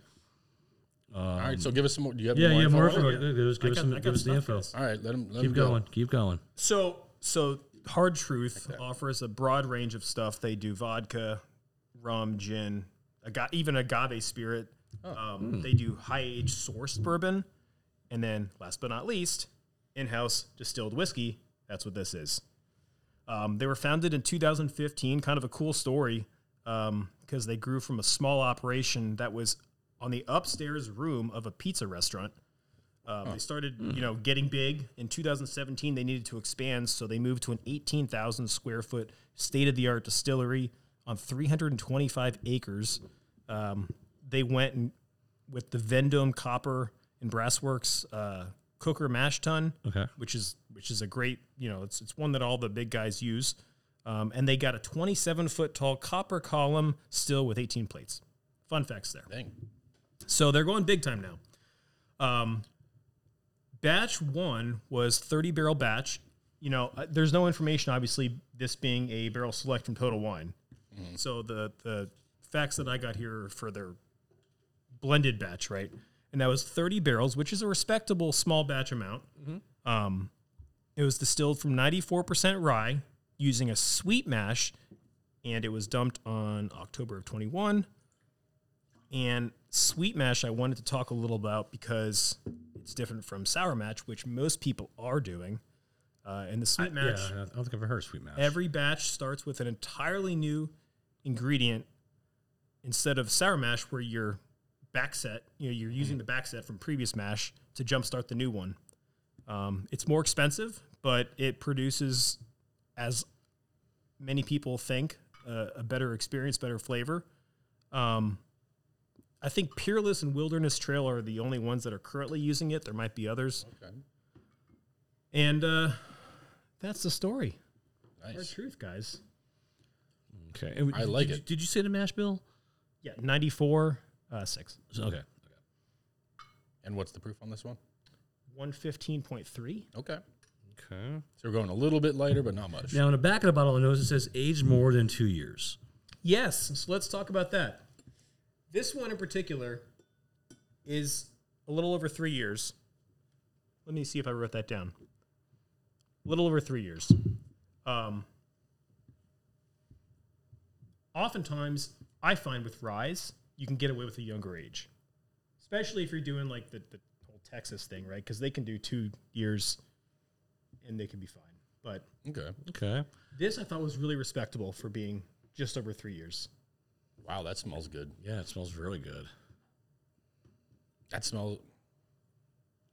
Speaker 1: All right, so give us some more. Do you have
Speaker 2: Yeah,
Speaker 1: any
Speaker 2: yeah.
Speaker 1: info
Speaker 2: More
Speaker 1: on it?
Speaker 2: info. Give us, give
Speaker 3: I
Speaker 2: us,
Speaker 3: got-
Speaker 2: some,
Speaker 3: I got
Speaker 2: give us the
Speaker 3: stuff,
Speaker 2: info.
Speaker 3: guys.
Speaker 1: All right, let him let
Speaker 2: Keep
Speaker 1: him go.
Speaker 2: going. Keep going.
Speaker 3: So, so Hard Truth offers a broad range of stuff. They do vodka, rum, gin, aga- even agave spirit. Um, They do high age sourced bourbon, and then last but not least, in house distilled whiskey. That's what this is. Um, they were founded in 2015. Kind of a cool story because they grew from a small operation that was on the upstairs room of a pizza restaurant. Um, They started, you know, getting big. In 2017, they needed to expand, so they moved to an 18,000 square foot state of the art distillery on 325 acres. Um, they went and, with the Vendome Copper and Brassworks uh, cooker mash tun,
Speaker 2: Okay.
Speaker 3: which is which is a great, you know, it's it's one that all the big guys use. Um, and they got a 27 foot tall copper column still with 18 plates. Fun facts there.
Speaker 1: Dang.
Speaker 3: So they're going big time now. Um, batch one was 30 barrel batch. You know, uh, there's no information, obviously, this being a barrel select from Total Wine. So the, the facts that I got here are for their blended batch,
Speaker 2: Mm-hmm.
Speaker 3: right? And that was 30 barrels, which is a respectable small batch amount. Um, It was distilled from 94% rye using a sweet mash, and it was dumped on October of 21. And sweet mash, I wanted to talk a little about because it's different from sour mash, which most people are doing. Uh, and the sweet
Speaker 2: Yeah,
Speaker 3: mash,
Speaker 2: I don't think I've ever heard of sweet mash.
Speaker 3: every batch starts with an entirely new ingredient instead of sour mash, where you're back set, you know, you're using the back set from previous mash to jumpstart the new one. Um, it's more expensive, but it produces, as many people think, uh, a better experience, better flavor. Um, I think Peerless and Wilderness Trail are the only ones that are currently using it. There might be others.
Speaker 1: Okay.
Speaker 3: And uh, that's the story. Hard
Speaker 1: Nice.
Speaker 3: truth, guys.
Speaker 2: okay, And
Speaker 1: I
Speaker 2: did-
Speaker 1: like
Speaker 2: did
Speaker 1: it.
Speaker 2: You, did you say the mash bill?
Speaker 3: Yeah, 94, uh, 6.
Speaker 2: So- okay.
Speaker 1: And what's the proof on this one?
Speaker 3: 115.3.
Speaker 1: Okay.
Speaker 2: Okay.
Speaker 1: So we're going a little bit lighter, but not much.
Speaker 2: Now, in the back of the bottle, I notice it says aged more than two years.
Speaker 3: Yes, so let's talk about that. This one in particular is a little over three years. Let me see if I wrote that down. A little over three years. Um, oftentimes, I find with rise, you can get away with a younger age, especially if you're doing like the, the whole Texas thing, right? Because they can do two years and they can be fine. But
Speaker 1: Okay.
Speaker 2: Okay.
Speaker 3: This I thought was really respectable for being just over three years.
Speaker 1: Wow, that smells good.
Speaker 2: Yeah, it smells really good.
Speaker 1: That smells.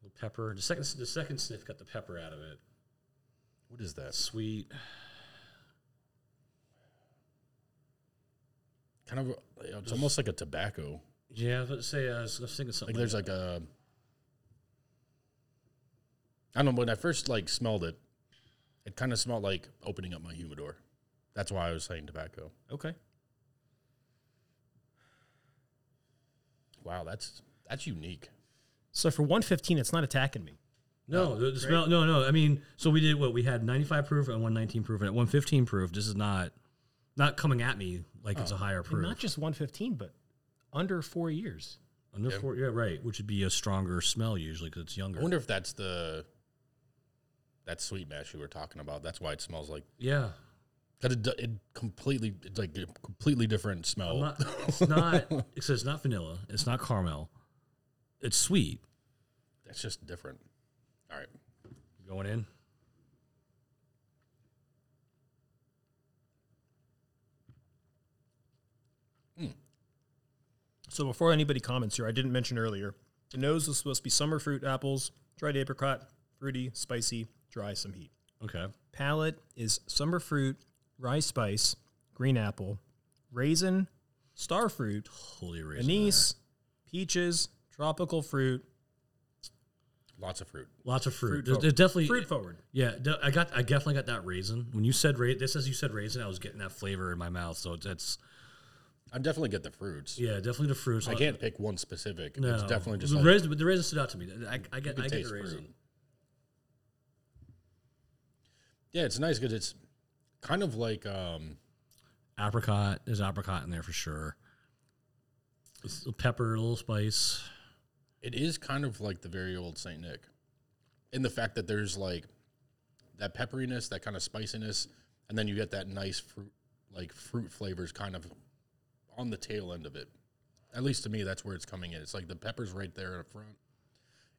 Speaker 2: The pepper. The second, the second sniff got the pepper out of it.
Speaker 1: What is that?
Speaker 2: Sweet.
Speaker 1: Kind of. uh, It's almost like a tobacco.
Speaker 2: Yeah, I was about to say uh, I was I was thinking something.
Speaker 1: Like there's like
Speaker 2: that.
Speaker 1: a. I don't know. When I first like smelled it, it kind of smelled like opening up my humidor. That's why I was saying tobacco.
Speaker 3: Okay.
Speaker 1: Wow, that's that's unique.
Speaker 3: So for 115, it's not attacking me.
Speaker 2: no the, the smell. No, no. I mean, so we did what we had 95 proof and 119 proof and at 115 proof. This is not not coming at me like
Speaker 1: Oh.
Speaker 2: it's a higher
Speaker 3: And
Speaker 2: proof.
Speaker 3: not just 115, but under four years.
Speaker 2: Under four, yeah, right. Which would be a stronger smell usually because it's younger.
Speaker 1: I wonder if that's the that sweet mash you were talking about. That's why it smells like
Speaker 2: yeah,
Speaker 1: that. It, do- it completely it's like a completely different
Speaker 2: I'm
Speaker 1: smell.
Speaker 2: not, it's not. It says not vanilla. It's not caramel. It's sweet.
Speaker 1: That's just different. All right.
Speaker 2: Going in.
Speaker 3: So before anybody comments here, I didn't mention earlier, the nose was supposed to be summer fruit apples, dried apricot, fruity, spicy, dry, some heat.
Speaker 2: Okay.
Speaker 3: Palate is summer fruit, rye spice, green apple, raisin, star fruit,
Speaker 2: Holy raisin.
Speaker 3: anise, peaches, tropical fruit,
Speaker 1: Lots of fruit.
Speaker 2: Lots of fruit.
Speaker 3: Fruit
Speaker 2: There's-
Speaker 3: forward.
Speaker 2: there's definitely
Speaker 3: fruit forward.
Speaker 2: Yeah, de- I got. I definitely got that raisin. When you said raisin, this as you said raisin, I was getting that flavor in my mouth. So that's
Speaker 1: I definitely get the fruits.
Speaker 2: yeah, definitely the fruits.
Speaker 1: I can't pick one specific.
Speaker 2: No,
Speaker 1: It's definitely just
Speaker 2: the
Speaker 1: like,
Speaker 2: raisin. But the raisin stood out to me. I, I get.
Speaker 1: can
Speaker 2: I get
Speaker 1: taste
Speaker 2: the raisin.
Speaker 1: fruit. yeah, it's nice because it's kind of like um
Speaker 2: Apricot. There's apricot in there for sure. It's a pepper, a little spice.
Speaker 1: it is kind of like the very old Saint Nick, in the fact that there's like that pepperiness, that kind of spiciness, and then you get that nice fruit like fruit flavors kind of on the tail end of it. At least to me, that's where it's coming in. It's like the peppers right there in front.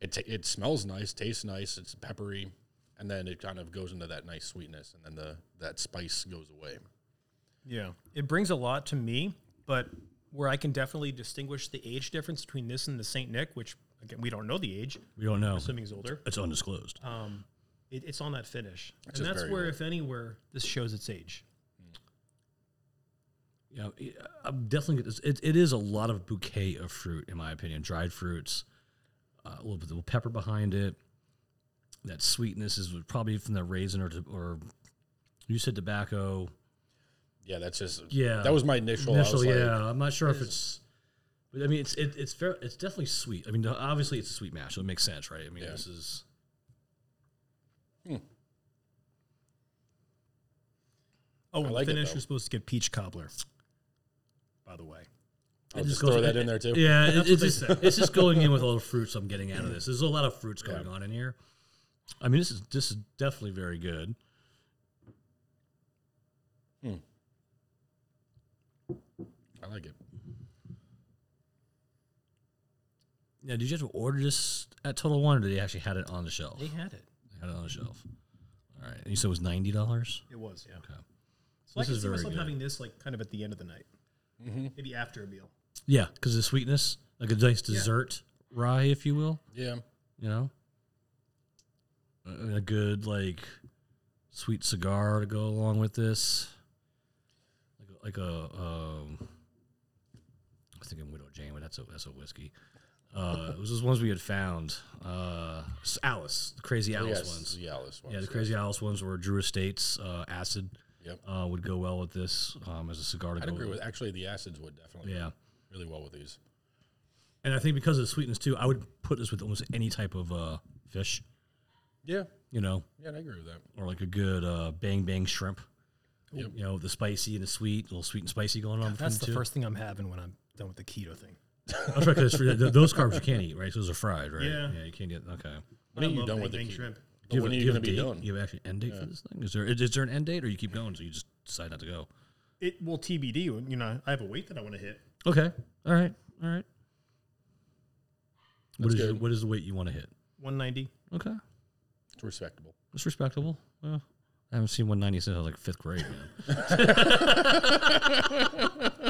Speaker 1: It ta it smells nice, tastes nice. It's peppery, and then it kind of goes into that nice sweetness, and then the that spice goes away.
Speaker 3: Yeah. It brings a lot to me, but where I can definitely distinguish the age difference between this and the St. Nick, which again, we don't know the age,
Speaker 2: We don't know.
Speaker 3: assuming he's older.
Speaker 2: It's undisclosed.
Speaker 3: Um, it, it's on that finish.
Speaker 1: Which
Speaker 3: and
Speaker 1: is
Speaker 3: that's
Speaker 1: very
Speaker 3: where,
Speaker 1: old.
Speaker 3: if anywhere, this shows its age.
Speaker 2: Yeah, I'm definitely. It, it, it is a lot of bouquet of fruit, in my opinion. Dried fruits, uh, a little bit of pepper behind it. That sweetness is probably from the raisin or to, or you said tobacco.
Speaker 1: Yeah, that's just
Speaker 2: Yeah.
Speaker 1: That was my initial. I was
Speaker 2: Initial,
Speaker 1: like,
Speaker 2: yeah. I'm not sure if it's. But I mean, it's it, it's fair. It's definitely sweet. I mean, obviously, it's a sweet mash, so it makes sense, right? I mean,
Speaker 1: Yeah.
Speaker 2: this is
Speaker 3: Oh, and
Speaker 1: like it,
Speaker 3: the finish
Speaker 1: though.
Speaker 3: you're supposed to get peach cobbler, by the way.
Speaker 1: I'll
Speaker 2: It
Speaker 1: just
Speaker 2: goes-
Speaker 1: throw that in there too.
Speaker 2: Yeah, it, it's, just, it's just going in with all the fruits I'm getting out of this. There's a lot of fruits going on in here. I mean, this is this is definitely very good.
Speaker 1: I like it.
Speaker 2: Now, did you have to order this at Total One, or did they actually had it on the shelf?
Speaker 3: They had it.
Speaker 2: They had it on the shelf. All right, and you said it was ninety dollars.
Speaker 3: It was, yeah.
Speaker 2: Okay.
Speaker 3: So
Speaker 2: This is
Speaker 3: I can see
Speaker 2: very
Speaker 3: myself
Speaker 2: good.
Speaker 3: having this like kind of at the end of the night,
Speaker 1: Mm-hmm.
Speaker 3: maybe after a meal.
Speaker 2: Yeah, because the sweetness, like a nice dessert rye, if you will.
Speaker 1: Yeah.
Speaker 2: You know, a, a good like sweet cigar to go along with this. Like a, like a um, I was thinking Widow Jane, but that's a that's a whiskey. Uh, it was those ones we had found. Uh, s- Alice, the crazy Alice
Speaker 1: Yes,
Speaker 2: ones.
Speaker 1: The Alice ones.
Speaker 2: Yeah, the Crazy Alice ones were Drew Estates uh, acid.
Speaker 1: Yep.
Speaker 2: Uh, would go well with this um, as a cigar to
Speaker 1: I'd
Speaker 2: go
Speaker 1: agree
Speaker 2: with.
Speaker 1: with actually the acids would definitely
Speaker 2: Yeah,
Speaker 1: really well with these.
Speaker 2: and I think because of the sweetness too, I would put this with almost any type of uh, fish,
Speaker 1: Yeah.
Speaker 2: you know,
Speaker 1: Yeah, I agree with that.
Speaker 2: or like a good uh, bang bang shrimp.
Speaker 1: Yep.
Speaker 2: You know, the spicy and the sweet, a little sweet and spicy going on.
Speaker 3: That's the
Speaker 2: between
Speaker 3: first thing I'm having when I'm done with the keto thing.
Speaker 2: two. That's right, because those carbs you can't eat, right? Those are fried, right?
Speaker 3: Yeah.
Speaker 2: yeah, you can't get. Okay.
Speaker 1: When are
Speaker 3: I
Speaker 1: you
Speaker 3: love
Speaker 1: done
Speaker 3: Bang
Speaker 1: with the
Speaker 3: Bang
Speaker 1: keto?
Speaker 3: shrimp.
Speaker 1: But when are
Speaker 2: a-
Speaker 1: you going to
Speaker 2: have
Speaker 1: be
Speaker 2: a date?
Speaker 1: done?
Speaker 2: You have actually an end date for this thing? Is there is, is there an end date, or you keep going, so you just decide not to go?
Speaker 3: It will TBD. when, You know, I have a weight that I want to hit.
Speaker 2: Okay. All right. All right. What
Speaker 1: That's
Speaker 2: is your,
Speaker 1: good.
Speaker 2: what is the weight you want to hit?
Speaker 3: 190.
Speaker 2: Okay,
Speaker 1: It's respectable.
Speaker 2: it's respectable. Well, I haven't seen 190 since I was like fifth grade, man.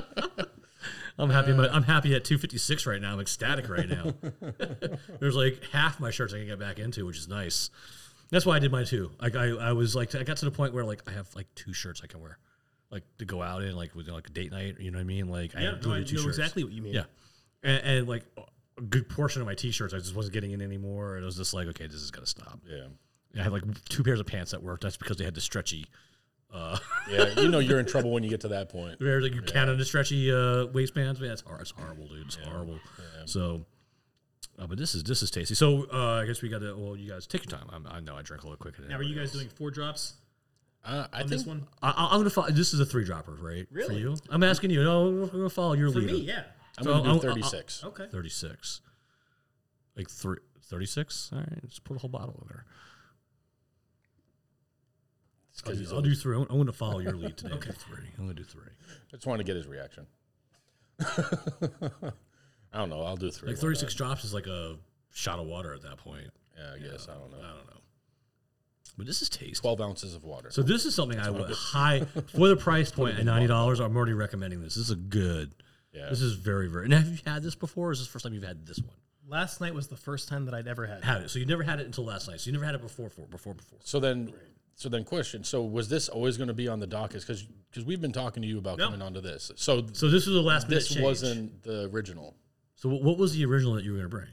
Speaker 2: I'm happy. my- I'm happy at 256 right now. I'm ecstatic right now. There's like half my shirts I can get back into, which is nice. That's why I did mine too. Like I, I was like, I got to the point where like I have like two shirts I can wear, like to go out in, like with like a date night. You know what I mean? Like I have literally two shirts.
Speaker 3: what you mean.
Speaker 2: Yeah. And, and like a good portion of my t shirts, I just wasn't getting in anymore. And I was just like, okay, this is going to stop.
Speaker 1: Yeah.
Speaker 2: I had like two pairs of pants that worked. That's because they had the stretchy,
Speaker 1: Yeah. You know you're in trouble when you get to that point.
Speaker 2: they're like you count on the stretchy uh, waistbands. Man, that's hor- it's horrible, dude. It's horrible. So, uh, but this is this is tasty. So uh, I guess we got to, well, you guys take your time. I'm, I know I drink a little quicker than
Speaker 3: Now, are you
Speaker 2: everybody
Speaker 3: guys
Speaker 2: else.
Speaker 3: doing four drops
Speaker 1: Uh, I
Speaker 3: on
Speaker 1: think
Speaker 3: this one?
Speaker 2: I, I- I'm going to follow, this is a three dropper, right? For
Speaker 3: Really?
Speaker 2: you? I'm asking you. No, we're going to follow your
Speaker 3: For
Speaker 2: leader.
Speaker 3: me, yeah.
Speaker 1: I'm
Speaker 2: So
Speaker 1: going to
Speaker 2: I'll-
Speaker 1: do
Speaker 2: I'll-
Speaker 1: 36.
Speaker 2: 36. Like three, 36? All right, just put a whole bottle in there.
Speaker 1: It's 'cause
Speaker 2: I'll,
Speaker 1: he's
Speaker 2: do- I'll
Speaker 1: old.
Speaker 2: do three. I'm going to follow your lead today. okay, three. I'm going to do three.
Speaker 1: I just wanted to get his reaction. I don't know. I'll do three.
Speaker 2: Like 36 drops is like a shot of water at that point.
Speaker 1: Yeah, I guess. I don't
Speaker 2: I
Speaker 1: know.
Speaker 2: don't know. But this is tasty.
Speaker 1: 12 ounces of water.
Speaker 2: So this is something I would high for the price point at ninety dollars. I'm already recommending this. This is a good.
Speaker 1: yeah.
Speaker 2: This is very very. And have you had this before? Or is this the first time you've had this one?
Speaker 3: Last night was the first time that I'd ever had. it.
Speaker 2: Had it. So you never had it until last night. So you never had it before. Before before. before.
Speaker 1: so then, so then, question. So was this always going to be on the docket? Because we've been talking to you about coming onto this. So th-
Speaker 2: So this was the last. minute
Speaker 1: this
Speaker 2: change.
Speaker 1: wasn't the original.
Speaker 2: So what- what was the original that you were going to bring?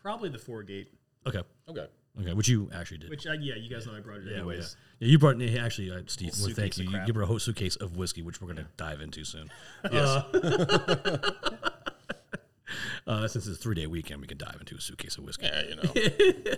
Speaker 3: Probably the four gate,
Speaker 2: Okay.
Speaker 1: Okay.
Speaker 2: Okay, which you actually did.
Speaker 3: which I, yeah, you guys know I brought it
Speaker 2: Oh, yeah,
Speaker 3: anyways.
Speaker 2: yeah, you brought in actually, uh, Steve. Well, thank
Speaker 3: suitcase of
Speaker 2: you. You
Speaker 3: crap.
Speaker 2: you brought a whole suitcase of whiskey, which we're going to dive into soon. Uh, uh, since it's a three day weekend, we can dive into a suitcase of whiskey.
Speaker 1: Yeah, you know.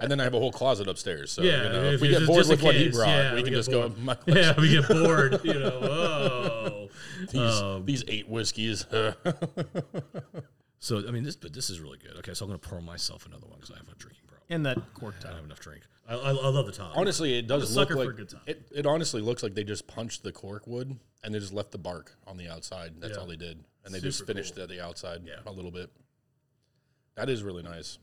Speaker 1: and then I have a whole closet upstairs. So
Speaker 2: Yeah,
Speaker 1: you know, if
Speaker 2: if
Speaker 1: we
Speaker 2: it's
Speaker 1: get
Speaker 2: just-
Speaker 1: bored
Speaker 2: just in
Speaker 1: with what he
Speaker 2: case.
Speaker 1: brought,
Speaker 2: Yeah,
Speaker 1: we,
Speaker 2: we
Speaker 1: can
Speaker 2: get
Speaker 1: just go.
Speaker 2: bored.
Speaker 1: My,
Speaker 2: Yeah, we get bored, you know. Oh,
Speaker 1: these, these eight whiskeys.
Speaker 2: so I mean, this but this is really good. Okay, so I'm going to pour myself another one because I have a drinking problem.
Speaker 3: And that cork
Speaker 2: I
Speaker 3: top.
Speaker 2: don't have enough drink. I, I, I love the top.
Speaker 1: honestly, it does
Speaker 3: a
Speaker 1: look
Speaker 3: sucker for
Speaker 1: like
Speaker 3: a good time.
Speaker 1: it. It honestly looks like they just punched the cork wood and they just left the bark on the outside. That's
Speaker 2: Yeah.
Speaker 1: all they did, and they just
Speaker 2: Super cool.
Speaker 1: finished at the outside
Speaker 2: Yeah.
Speaker 1: a little bit. That is really nice.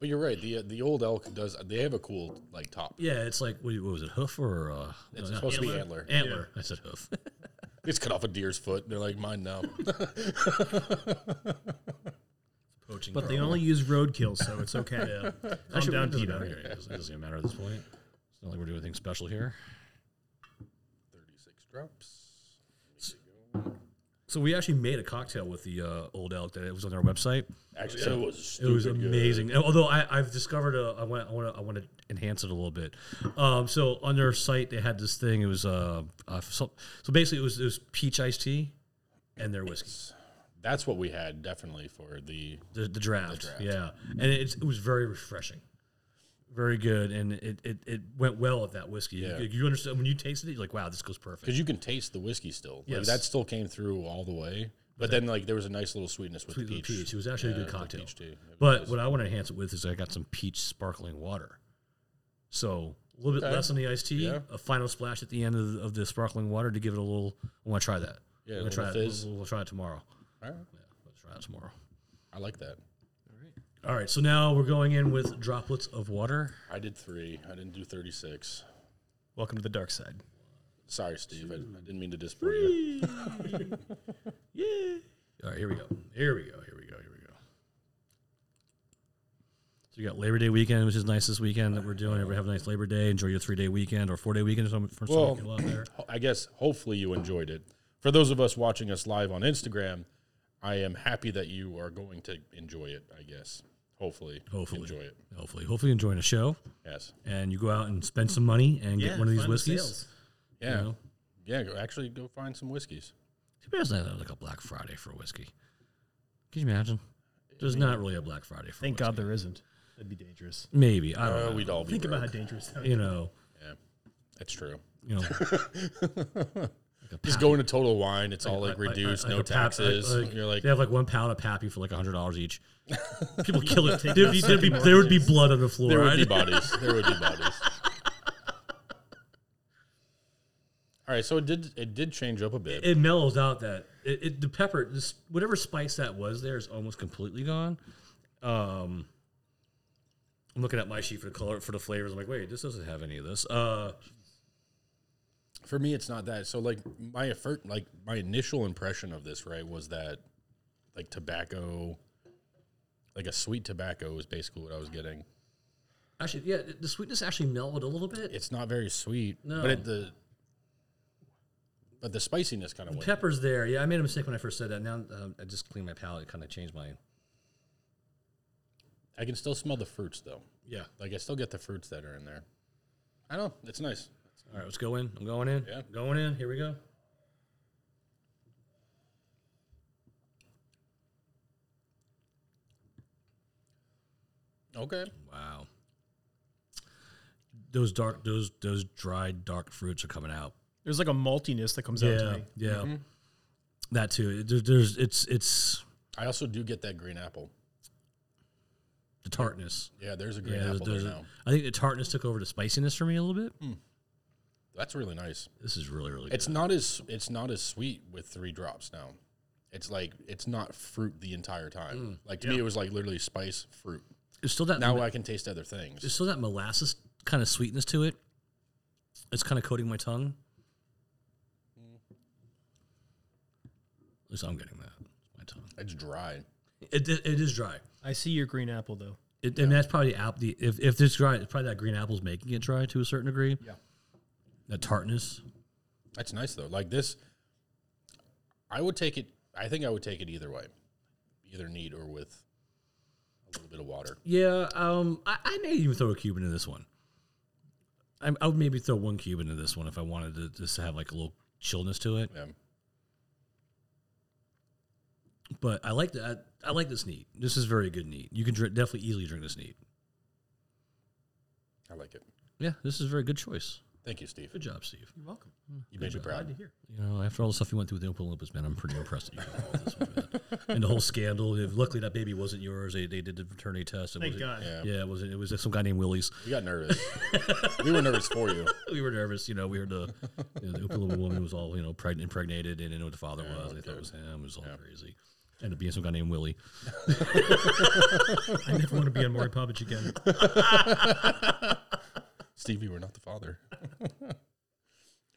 Speaker 1: But you're right. the uh, The old elk does. They have a cool like top.
Speaker 2: yeah, it's like what, what was it, hoof or uh,
Speaker 1: It's
Speaker 2: no,
Speaker 1: supposed to be
Speaker 3: antler.
Speaker 1: antler.
Speaker 2: antler? I said hoof.
Speaker 1: It's cut off a deer's foot. They're like mine now.
Speaker 2: Poaching
Speaker 3: But they
Speaker 2: problem.
Speaker 3: only use roadkill, so it's okay.
Speaker 2: Yeah.
Speaker 3: Actually,
Speaker 2: down,
Speaker 3: it doesn't
Speaker 2: Tito.
Speaker 3: matter.
Speaker 2: It doesn't, it doesn't even matter at this point. It's not like we're doing anything special here.
Speaker 1: 36 drops.
Speaker 2: So we actually made a cocktail with the uh, Old Elk that it was on their website.
Speaker 1: Actually, it was
Speaker 2: It was amazing. And Although I, I've discovered, a, I want, I want, to, I want to enhance it a little bit. Um, so on their site, they had this thing. It was uh, uh so, so basically it was it was peach iced tea, and their whiskey.
Speaker 1: That's what we had definitely for the.
Speaker 2: the, the draft. Yeah, and it's, it was very refreshing, very good, and it, it, it went well with that whiskey. You-
Speaker 1: Yeah.
Speaker 2: You, understand when you tasted it, you're like, wow, this goes perfect.
Speaker 1: Because you can taste the whiskey still. Like,
Speaker 2: Yes.
Speaker 1: that still came through all the way. But then like there was a nice little sweetness with
Speaker 2: Sweet
Speaker 1: the
Speaker 2: little
Speaker 1: peach.
Speaker 2: peach. It was actually a
Speaker 1: Yeah,
Speaker 2: good
Speaker 1: the
Speaker 2: cocktail.
Speaker 1: peach tea. It
Speaker 2: But what I want to enhance it with is I got some peach sparkling water. So a little bit
Speaker 1: Okay.
Speaker 2: less on the iced tea,
Speaker 1: Yeah.
Speaker 2: a final splash at the end of the, of the sparkling water to give it a little. I want to try that.
Speaker 1: Yeah,
Speaker 2: I'm
Speaker 1: a
Speaker 2: gonna try
Speaker 1: little
Speaker 2: it.
Speaker 1: fizz.
Speaker 2: We'll, we'll try it tomorrow.
Speaker 1: All right.
Speaker 2: Yeah, let's try it tomorrow.
Speaker 1: I like that.
Speaker 2: All right, so now we're going in with droplets of water.
Speaker 1: I did three. I didn't do thirty six.
Speaker 3: Welcome to the dark side.
Speaker 1: Sorry, Steve. I, I didn't mean to disappoint you.
Speaker 2: All right, here we go. Here we go. Here we go. Here we go. So you got Labor Day weekend, which is nice this weekend that we're doing. Everybody have a nice Labor Day. Enjoy your three day weekend or four day weekend or something for some
Speaker 1: Well,
Speaker 2: people out there.
Speaker 1: Ho- I guess hopefully you enjoyed it. For those of us watching us live on Instagram, I am happy that you are going to enjoy it. I guess hopefully,
Speaker 2: Hopefully.
Speaker 1: enjoy it.
Speaker 2: Hopefully, hopefully you're enjoying the show
Speaker 1: Yes,
Speaker 2: and you go out and spend some money and get one of these whiskeys.
Speaker 1: yeah,
Speaker 2: You know?
Speaker 1: yeah. Go, actually, go find some whiskeys.
Speaker 2: Too bad it's not like a Black Friday for whiskey. Can you imagine? There's not really a Black Friday for
Speaker 3: Thank
Speaker 2: whiskey.
Speaker 3: God there isn't. That'd be dangerous.
Speaker 2: Maybe I don't
Speaker 1: Uh,
Speaker 2: know.
Speaker 1: we'd all be
Speaker 3: Think about how
Speaker 1: broke.
Speaker 3: dangerous that
Speaker 2: Oh, you know,
Speaker 1: Yeah, that's true.
Speaker 2: you know, like a
Speaker 1: Just
Speaker 2: pack-
Speaker 1: going to Total Wine, it's all like reduced, no
Speaker 2: a pap-
Speaker 1: taxes.
Speaker 2: like-
Speaker 1: You're like,
Speaker 2: they have like one pound of pappy for like hundred dollars each. People kill it. There'd be, there'd be, there would be blood on the floor.
Speaker 1: there would be
Speaker 2: I'd-
Speaker 1: bodies. There would be bodies. All right, so it did it did change up a bit.
Speaker 2: it mellows out that it, it the pepper this whatever spice that was there is almost completely gone um i'm looking at my sheet for the color for the flavors i'm like wait this doesn't have any of this uh
Speaker 1: For me, it's not that. So like my effort, like my initial impression of this, right, was that like tobacco, like a sweet tobacco is basically what I was getting.
Speaker 2: actually yeah the sweetness actually mellowed a little bit
Speaker 1: It's not very sweet,
Speaker 2: No.
Speaker 1: but it, the but the spiciness kind of went.
Speaker 2: pepper's there yeah i made a mistake when i first said that now um, i just cleaned my palate kind of changed my
Speaker 1: I can still smell the fruits though.
Speaker 2: yeah
Speaker 1: Like I still get the fruits that are in there. I don't. know. It's nice.
Speaker 2: all right let's go in i'm going in
Speaker 1: Yeah.
Speaker 2: going in here we go
Speaker 1: Okay.
Speaker 2: wow those dark those those dried dark fruits are coming out
Speaker 3: There's like a maltiness that comes out to
Speaker 2: Yeah,
Speaker 3: me.
Speaker 2: yeah.
Speaker 1: mm-hmm.
Speaker 2: That too. It- There, there's it's it's
Speaker 1: I also do get that green apple.
Speaker 2: the tartness.
Speaker 1: Yeah, there's a green
Speaker 2: Yeah,
Speaker 1: apple there
Speaker 2: there's-
Speaker 1: now.
Speaker 2: I think the tartness took over the spiciness for me a little bit.
Speaker 1: That's really nice.
Speaker 2: This is really really
Speaker 1: It's not as it's not as sweet with three drops now. It's like it's not fruit the entire time. like to me, it was like literally spice fruit.
Speaker 2: good. It's still that
Speaker 1: Now Mm, I can taste other things.
Speaker 2: it's still that molasses kind of sweetness to it. It's kind of coating my tongue. At least I'm getting that. My tongue.
Speaker 1: it's dry.
Speaker 2: It, it, it is dry.
Speaker 3: I see your green apple though.
Speaker 2: It, And that's probably the, app- the if if this dry, it's probably that green apple's making it dry to a certain degree.
Speaker 1: Yeah.
Speaker 2: That tartness.
Speaker 1: That's nice though. Like this, I would take it. I think I would take it either way, either neat or with a little bit of water.
Speaker 2: Yeah, um, I, I may even throw a cube into this one. I, I would maybe throw one cube into this one if I wanted to just have like a little chillness to it.
Speaker 1: Yeah.
Speaker 2: But I like that. I, I like this neat. This is very good neat. You can drink, definitely easily drink this neat.
Speaker 1: I like it.
Speaker 2: Yeah, this is a very good choice.
Speaker 1: Thank you, Steve.
Speaker 2: Good job, Steve.
Speaker 3: You're welcome.
Speaker 1: You made me proud.
Speaker 3: hear.
Speaker 2: You know, after all the stuff you went through with the Open Olympus, man, I'm pretty impressed that you got all this with And the whole scandal. Luckily, that baby wasn't yours. They, they did the paternity test. It
Speaker 3: Thank
Speaker 2: wasn't-
Speaker 3: God.
Speaker 1: Yeah.
Speaker 2: Yeah, it was it was some guy named Willie's.
Speaker 1: We got nervous. we were nervous for you.
Speaker 2: we were nervous. You know, we were the, you know, the Oopaloopa woman was all you know pregnant, impregnated, and didn't know what the father was. They thought it was him. It was all crazy. Ended up being some guy named Willie.
Speaker 3: I never want to be on Maury Povich again.
Speaker 1: Steve, you were not the father.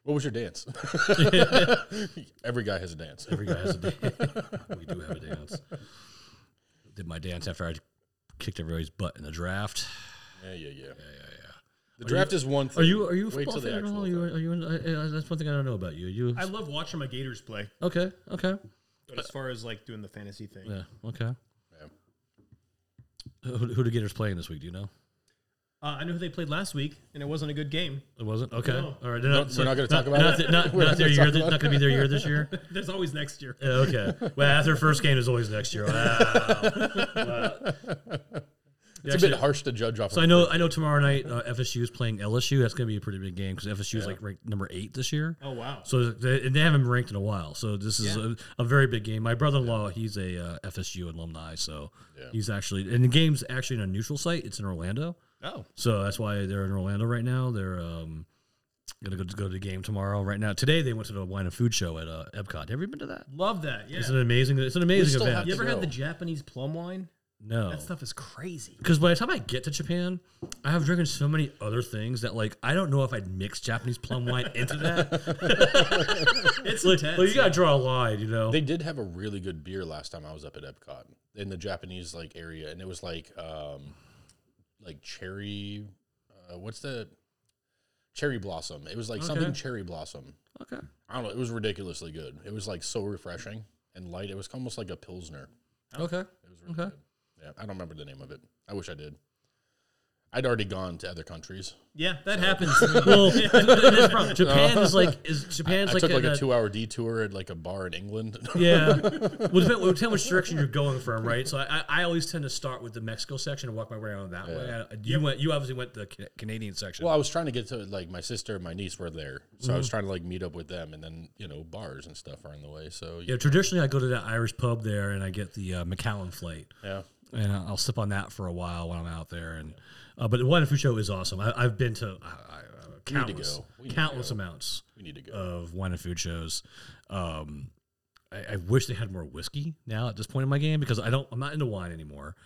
Speaker 1: what was your dance? Every guy has a dance.
Speaker 2: Every guy has a dance. we do have a dance. Did my dance after I kicked everybody's butt in the draft.
Speaker 1: Yeah, yeah, yeah. The draft is one thing.
Speaker 2: Are you are you a
Speaker 1: Wait
Speaker 2: football
Speaker 1: till the
Speaker 2: fan at
Speaker 1: actual
Speaker 2: all? Are you,
Speaker 1: thing.
Speaker 2: are you in, I, I, that's one thing I don't know about you. Are you
Speaker 3: I love watching my Gators play,
Speaker 2: okay? Okay.
Speaker 3: but as far as like doing the fantasy thing,
Speaker 2: Yeah. Okay.
Speaker 1: Yeah.
Speaker 2: Who, who the Gators playing this week? Do you know?
Speaker 3: uh, I know who they played last week, and it wasn't a good game.
Speaker 2: It wasn't okay.
Speaker 3: No.
Speaker 2: All right, they're not,
Speaker 1: we're not gonna talk about
Speaker 2: not,
Speaker 1: it?
Speaker 2: Not,
Speaker 1: We're
Speaker 2: not
Speaker 1: not
Speaker 2: their
Speaker 1: gonna
Speaker 2: year.
Speaker 1: talk
Speaker 2: They're
Speaker 1: about
Speaker 2: not going to be their year this year.
Speaker 3: There's always next year.
Speaker 2: Yeah, Okay. Well, their first game is always next year. Wow. Wow.
Speaker 1: It's a bit harsh to judge off.
Speaker 2: So
Speaker 1: of
Speaker 2: I know I know tomorrow night uh, FSU is playing LSU. That's going to be a pretty big game because FSU is like ranked number eight this year.
Speaker 3: Oh, wow.
Speaker 2: So they, and they haven't been ranked in a while. So this is a, a very big game. My brother-in-law, he's a uh, FSU alumni, so he's actually and the game's actually in a neutral site. It's in Orlando,
Speaker 4: Oh,
Speaker 2: so that's why they're in Orlando right now. They're um, gonna go to go to the game tomorrow. Right now, today they went to the wine and food show at uh, Epcot. Have you been to that?
Speaker 3: Love that. Yeah.
Speaker 2: It's an amazing. It's an amazing
Speaker 4: still
Speaker 2: event.
Speaker 4: have
Speaker 3: you ever
Speaker 4: to
Speaker 3: had
Speaker 4: go.
Speaker 3: the Japanese plum wine?
Speaker 2: no,
Speaker 3: That stuff is crazy.
Speaker 2: because by the time I get to Japan, I have drinking so many other things that like I don't know if I'd mix Japanese plum wine into that.
Speaker 3: It's
Speaker 2: like,
Speaker 3: intense.
Speaker 2: like, you gotta draw a line, you know.
Speaker 1: They did have a really good beer last time I was up at Epcot in the Japanese like area, and it was like um, like cherry. Uh, what's the cherry blossom? It was like something cherry blossom.
Speaker 2: okay.
Speaker 1: I don't know. It was ridiculously good. It was like so refreshing and light. It was almost like a pilsner.
Speaker 2: Okay.
Speaker 1: It was really good. Yeah, I don't remember the name of it. I wish I did. I'd already gone to other countries.
Speaker 3: yeah, that happens. to me.
Speaker 2: Well, th- th- th- Japan is like is Japan's
Speaker 1: I
Speaker 2: like,
Speaker 1: took like
Speaker 2: in
Speaker 1: a two-hour detour at like a bar in England.
Speaker 2: Yeah. Well, depend, well, depend which direction you're going from, right? So I, I I always tend to start with the Mexico section and walk my way around that way. I, you went, you obviously went the Ca- Canadian section.
Speaker 1: Well, I was trying to get to like my sister and my niece were there, so
Speaker 2: Mm-hmm.
Speaker 1: I was trying to like meet up with them, and then you know bars and stuff are in the way. So
Speaker 2: yeah,
Speaker 1: yeah,
Speaker 2: traditionally I go to that Irish pub there and I get the uh, McAllen flight.
Speaker 1: yeah.
Speaker 2: and I'll I'll sip on that for a while when I'm out there. And uh, but the wine and food show is awesome. I, I've been to uh, uh, countless,
Speaker 1: go. We need to
Speaker 2: countless amounts
Speaker 1: we need to go.
Speaker 2: of wine and food shows. Um, I, I wish they had more whiskey now at this point in my game because I don't. I'm not into wine anymore.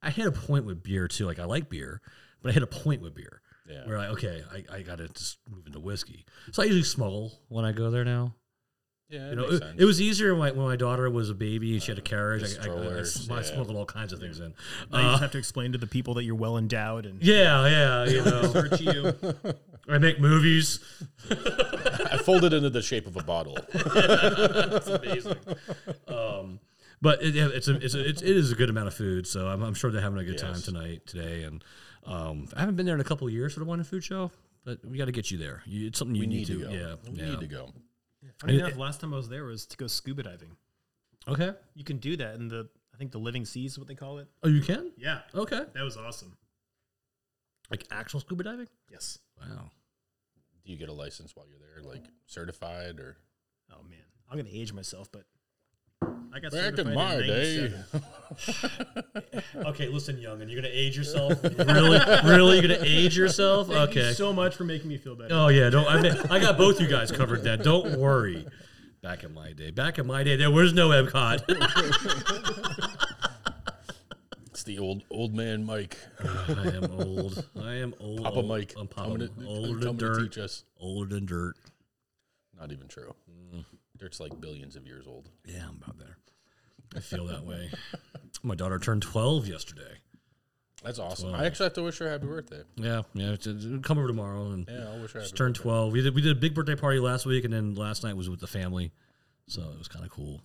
Speaker 2: I hit a point with beer too. Like I like beer, but I hit a point with beer
Speaker 1: Yeah.
Speaker 2: where like okay, I, I gotta just move into whiskey. So I usually smuggle when I go there now.
Speaker 1: yeah,
Speaker 2: You
Speaker 1: it
Speaker 2: know,
Speaker 1: makes
Speaker 2: it,
Speaker 1: sense. Uh,
Speaker 2: it was easier when my, when my daughter was a baby and she had a carriage. I, I, I, I,
Speaker 1: strollers,
Speaker 2: I
Speaker 1: yeah.
Speaker 2: smuggled all kinds of things in. Uh,
Speaker 3: Now you just have to explain to the people that you're well endowed and
Speaker 2: Yeah, yeah, you know.
Speaker 3: hurt you.
Speaker 2: I make movies.
Speaker 1: I folded into the shape of a bottle.
Speaker 2: It's amazing. Um, but it, yeah, it's a, it's a, it's, it is a good amount of food, so I'm, I'm sure they're having a good time
Speaker 1: Yes.
Speaker 2: tonight, today, and um, I haven't been there in a couple of years for the wine and food show, but we got to get you there. You, it's something you
Speaker 1: We
Speaker 2: need,
Speaker 1: need to
Speaker 2: to,
Speaker 1: go.
Speaker 2: yeah,
Speaker 1: we
Speaker 2: yeah.
Speaker 1: need to go.
Speaker 3: Funny enough, last time I was there was to go scuba diving.
Speaker 2: Okay.
Speaker 3: You can do that in the I think the Living Seas, is what they call it.
Speaker 2: Oh, you can?
Speaker 3: Yeah,
Speaker 2: Okay.
Speaker 3: that was awesome.
Speaker 2: Like actual scuba diving?
Speaker 3: Yes.
Speaker 2: Wow.
Speaker 1: Do you get a license while you're there, like certified or?
Speaker 3: Oh man, I'm gonna age myself, but I got
Speaker 1: Back
Speaker 3: certified
Speaker 1: in my day,
Speaker 3: 97.
Speaker 2: Okay, listen, young, and you're gonna age yourself. really, really, you're gonna age yourself?
Speaker 3: Thank
Speaker 2: okay.
Speaker 3: you so much for making me feel better.
Speaker 2: Oh yeah, don't I, mean, I got both you guys covered then. Don't worry. Back in my day, back in my day, there was no Epcot.
Speaker 1: it's the old old man Mike,
Speaker 2: I am old. I am old.
Speaker 1: Papa Mike.
Speaker 2: I'm Papa.
Speaker 1: coming to-
Speaker 2: older
Speaker 1: coming
Speaker 2: than
Speaker 1: to teach
Speaker 2: dirt.
Speaker 1: us.
Speaker 2: Older than dirt.
Speaker 1: Not even true.
Speaker 2: Mm.
Speaker 1: Dirt's like billions of years old.
Speaker 2: Yeah, I'm about there. I feel that way. My daughter turned 12 yesterday.
Speaker 1: That's awesome. I actually have to wish her happy birthday.
Speaker 2: Yeah, yeah. it's- it's- Come over tomorrow and
Speaker 1: Yeah, I'll wish her.
Speaker 2: Just
Speaker 1: Happy
Speaker 2: turned 12. We did, we did a big birthday party last week, and then last night was with the family. So it was kind of cool.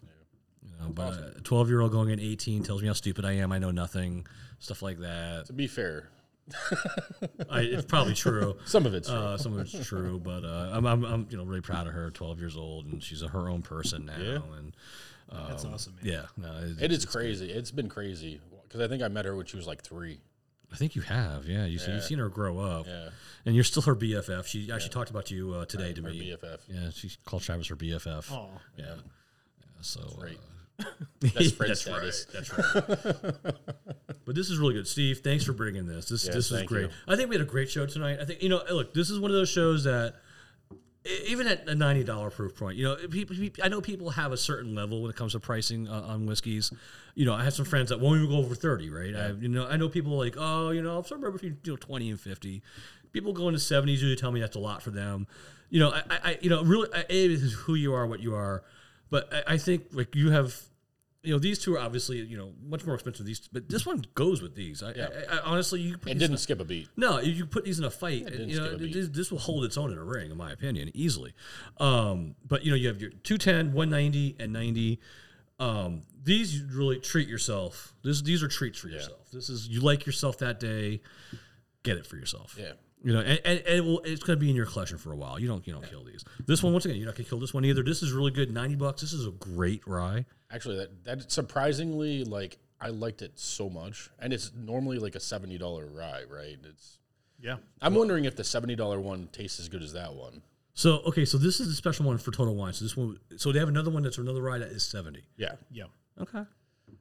Speaker 2: You know, but a 12 year old going in 18 tells me how stupid I am. I know nothing, stuff like that.
Speaker 1: To be fair,
Speaker 2: I, it's probably true.
Speaker 1: some of it's true.
Speaker 2: Uh, some of it's true, but uh, I'm, I'm, I'm you know really proud of her. 12 years old, and she's a, her own person now.
Speaker 1: Yeah.
Speaker 2: And
Speaker 3: That's awesome, man.
Speaker 2: yeah, no, it-
Speaker 1: It is crazy. It's been crazy because I think I met her when she was like three.
Speaker 2: I think you have. Yeah, you, have seen her grow up,
Speaker 1: Yeah,
Speaker 2: and you're still her BFF. She actually talked about you uh, today to
Speaker 1: her
Speaker 2: me.
Speaker 1: BFF.
Speaker 2: Yeah, she called Travis her BFF.
Speaker 3: Aw.
Speaker 2: Yeah. yeah. So
Speaker 1: Oh, Right.
Speaker 2: uh,
Speaker 1: That's Fred's
Speaker 2: That's
Speaker 1: status.
Speaker 2: That's right. but this is really good, Steve. Thanks for bringing this. This
Speaker 1: Yes,
Speaker 2: this was
Speaker 1: thank
Speaker 2: great.
Speaker 1: you.
Speaker 2: I think we had a great show tonight. I think you know, look, this is one of those shows that e- even at a ninety dollar proof point, you know, people, I know people have a certain level when it comes to pricing uh, on whiskeys. You know, I have some friends that won't even go over thirty, right? I, you know, I know people like, oh, you know, somewhere between you know twenty and fifty. People go into seventies usually tell me that's a lot for them. You know, I, I I- you know, really, I, it is who you are, what you are. But I, I think like you have you know these two are obviously you know much more expensive than these, but this one goes with these. I, I, I honestly, you put
Speaker 1: It
Speaker 2: these
Speaker 1: didn't skip a beat.
Speaker 2: no, you- you put these in a fight. and,
Speaker 1: didn't
Speaker 2: you know,
Speaker 1: skip a beat.
Speaker 2: this, this will hold its own in a ring, in my opinion, easily. Um, but you know, you have your 210, 190, and 90. Um, these you really treat yourself. This, these are treats for yourself. This is you like yourself that day. Get it for yourself.
Speaker 1: Yeah.
Speaker 2: You know, and, and, and it will, it's going to be in your collection for a while. You don't you don't kill these. This one, once again, you're not going to kill this one either. This is really good, ninety bucks. This is a great rye.
Speaker 1: Actually, that that's surprisingly like I liked it so much, and it's normally like a seventy dollar rye, right? It's.
Speaker 3: Yeah.
Speaker 1: I'm wondering if the seventy dollar one tastes as good as that one.
Speaker 2: So okay, so this is a special one for Total Wine. So this one, so they have another one that's another ride that is seventy.
Speaker 1: Yeah,
Speaker 3: Yeah.
Speaker 2: Okay.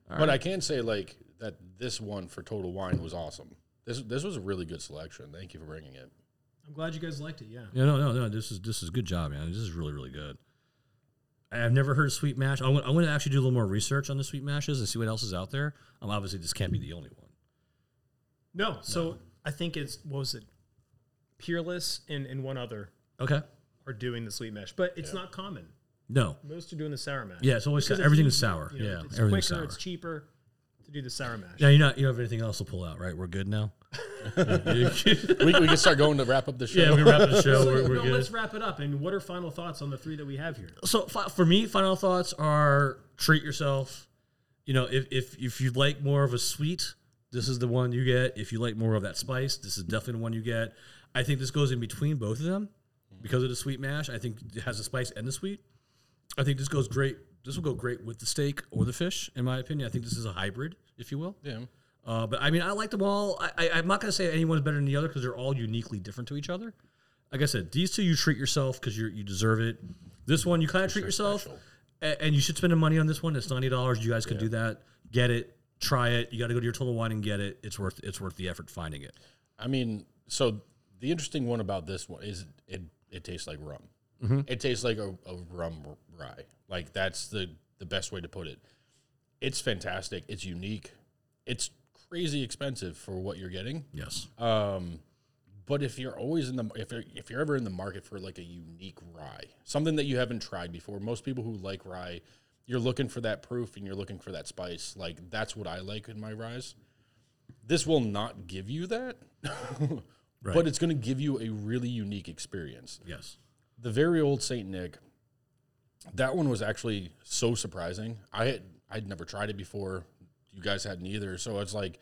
Speaker 1: but I can say like that this one for Total Wine was awesome. This this was a really good selection. Thank you for bringing it.
Speaker 3: I'm glad you guys liked it. Yeah.
Speaker 2: Yeah, no, no, no. This is this is good job, man. This is really, really good. I've never heard of sweet mash. I want, I want to actually do a little more research on the sweet mashes and see what else is out there. Um, obviously, this can't be the only one.
Speaker 3: No. So I think it's what was it? Peerless and, and one other
Speaker 2: Okay.
Speaker 3: are doing the sweet mash, but it's not common.
Speaker 2: No.
Speaker 3: Most are doing the sour mash.
Speaker 2: Yeah, it's always
Speaker 3: Because it's
Speaker 2: everything is
Speaker 3: easy,
Speaker 2: sour.
Speaker 3: you know,
Speaker 2: yeah,
Speaker 3: It's
Speaker 2: everything's
Speaker 3: quicker.
Speaker 2: sour.
Speaker 3: It's cheaper to do the sour mash.
Speaker 2: Yeah, you're not. You don't have anything else to pull out, right? We're good now.
Speaker 1: We, we can start going to wrap up the show.
Speaker 2: yeah, we wrap the show.
Speaker 3: So,
Speaker 2: We're,
Speaker 3: no,
Speaker 2: we're good.
Speaker 3: let's wrap it up. And what are final thoughts on the three that we have here?
Speaker 2: so fi- for me, final thoughts are treat yourself. You know, if if if you like more of a sweet, this is the one you get. If you like more of that spice, this is definitely the one you get. I think this goes in between both of them because of the sweet mash. I think it has the spice and the sweet. I think this goes great. This will go great with the steak or the fish, in my opinion. I think this is a hybrid, if you will.
Speaker 1: Yeah.
Speaker 2: Uh, but I mean, I like them all. I, I, I'm not going to say anyone's better than the other because they're all uniquely different to each other. Like I said, these two you treat yourself because you you deserve it. This one you kind of treat yourself, and, and you should spend the money on this one. It's ninety dollars. You guys can do that. Get it, try it. You got to go to your total wine and get it. It's worth it's worth the effort finding it.
Speaker 1: I mean, so the interesting one about this one is it it tastes like rum.
Speaker 2: Mm-hmm.
Speaker 1: It tastes like a, a rum rye. Like that's the the best way to put it. It's fantastic. It's unique. It's crazy expensive for what you're getting.
Speaker 2: Yes.
Speaker 1: Um, but if you're always in the if you're if you're ever in the market for like a unique rye, something that you haven't tried before, most people who like rye, you're looking for that proof and you're looking for that spice. Like that's what I like in my ryes. This will not give you that, but it's going to give you a really unique experience.
Speaker 2: Yes.
Speaker 1: The very old Saint Nick, that one was actually so surprising. I had I'd never tried it before. You guys hadn't either, so it's like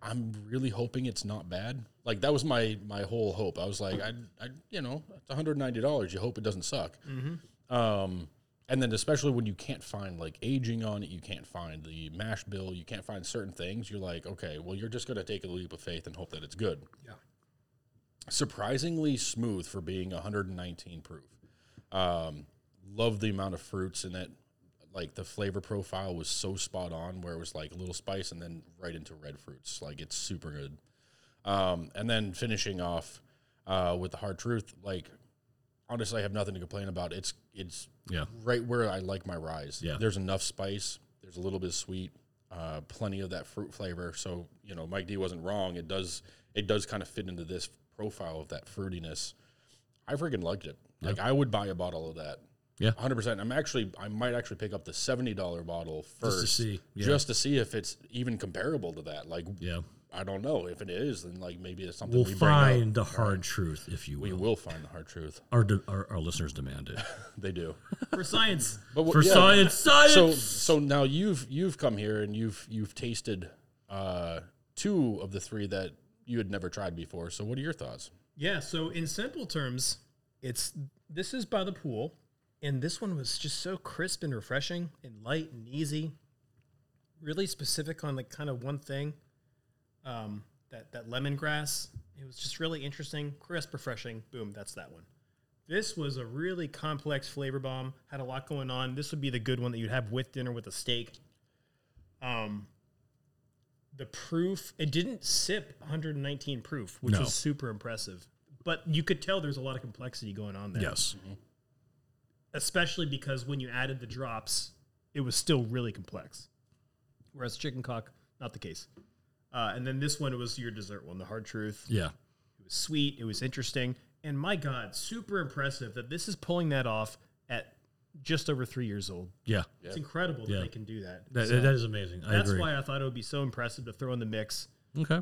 Speaker 1: I'm really hoping it's not bad. Like that was my my whole hope. I was like, I, I you know, it's 190 dollars. You hope it doesn't suck. Um, and then especially when you can't find like aging on it, you can't find the mash bill, you can't find certain things. You're like, okay, well, you're just gonna take a leap of faith and hope that it's good.
Speaker 3: Yeah.
Speaker 1: Surprisingly smooth for being 119 proof. Um, love the amount of fruits in it. Like the flavor profile was so spot on, where it was like a little spice and then right into red fruits. Like it's super good. Um, and then finishing off uh, with the hard truth, like honestly, I have nothing to complain about. It's it's
Speaker 2: Yeah.
Speaker 1: right where I like my rise.
Speaker 2: Yeah.
Speaker 1: There's enough spice. There's a little bit of sweet, uh, plenty of that fruit flavor. So you know, Mike D wasn't wrong. It does it does kind of fit into this profile of that fruitiness. I freaking liked it. Like I would buy a bottle of that.
Speaker 2: Yeah.
Speaker 1: 100. percent I'm actually I might actually pick up the seventy dollar bottle
Speaker 2: to
Speaker 1: first
Speaker 2: see, yeah.
Speaker 1: just to see if it's even comparable to that. Like
Speaker 2: Yeah.
Speaker 1: I don't know if it is. Then like maybe it's something
Speaker 2: We'll
Speaker 1: we bring up.
Speaker 2: find the hard truth, if you will.
Speaker 1: We will find the hard truth.
Speaker 2: Our, de- our our listeners demand it
Speaker 1: They do.
Speaker 3: For science.
Speaker 1: But what-
Speaker 2: for
Speaker 1: yeah.
Speaker 2: science. Science.
Speaker 1: so so now you've you've come here and you've you've tasted uh, two of the three that you had never tried before. So what are your thoughts?
Speaker 3: Yeah. So in simple terms, it's this is by the pool, and this one was just so crisp and refreshing and light and easy. Really specific on like kind of one thing, um, that that lemongrass. It was just really interesting, crisp, refreshing. Boom, that's that one. This was a really complex flavor bomb. Had a lot going on. This would be the good one that you'd have with dinner with a steak. Um, the proof it didn't sip 119 proof, which
Speaker 2: No.
Speaker 3: was super impressive. But you could tell there's a lot of complexity going on there.
Speaker 2: yes.
Speaker 3: Especially because when you added the drops, it was still really complex. Whereas chicken cock, not the case. Uh, and then this one was your dessert one, the hard truth.
Speaker 2: Yeah.
Speaker 3: It was sweet. It was interesting. And my God, super impressive that this is pulling that off at just over three years old.
Speaker 2: Yeah.
Speaker 3: It's incredible that
Speaker 2: Yeah.
Speaker 3: they can do that.
Speaker 2: That,
Speaker 3: So
Speaker 2: that is amazing. I
Speaker 3: that's
Speaker 2: agree.
Speaker 3: why I thought it would be so impressive to throw in the mix.
Speaker 2: Okay.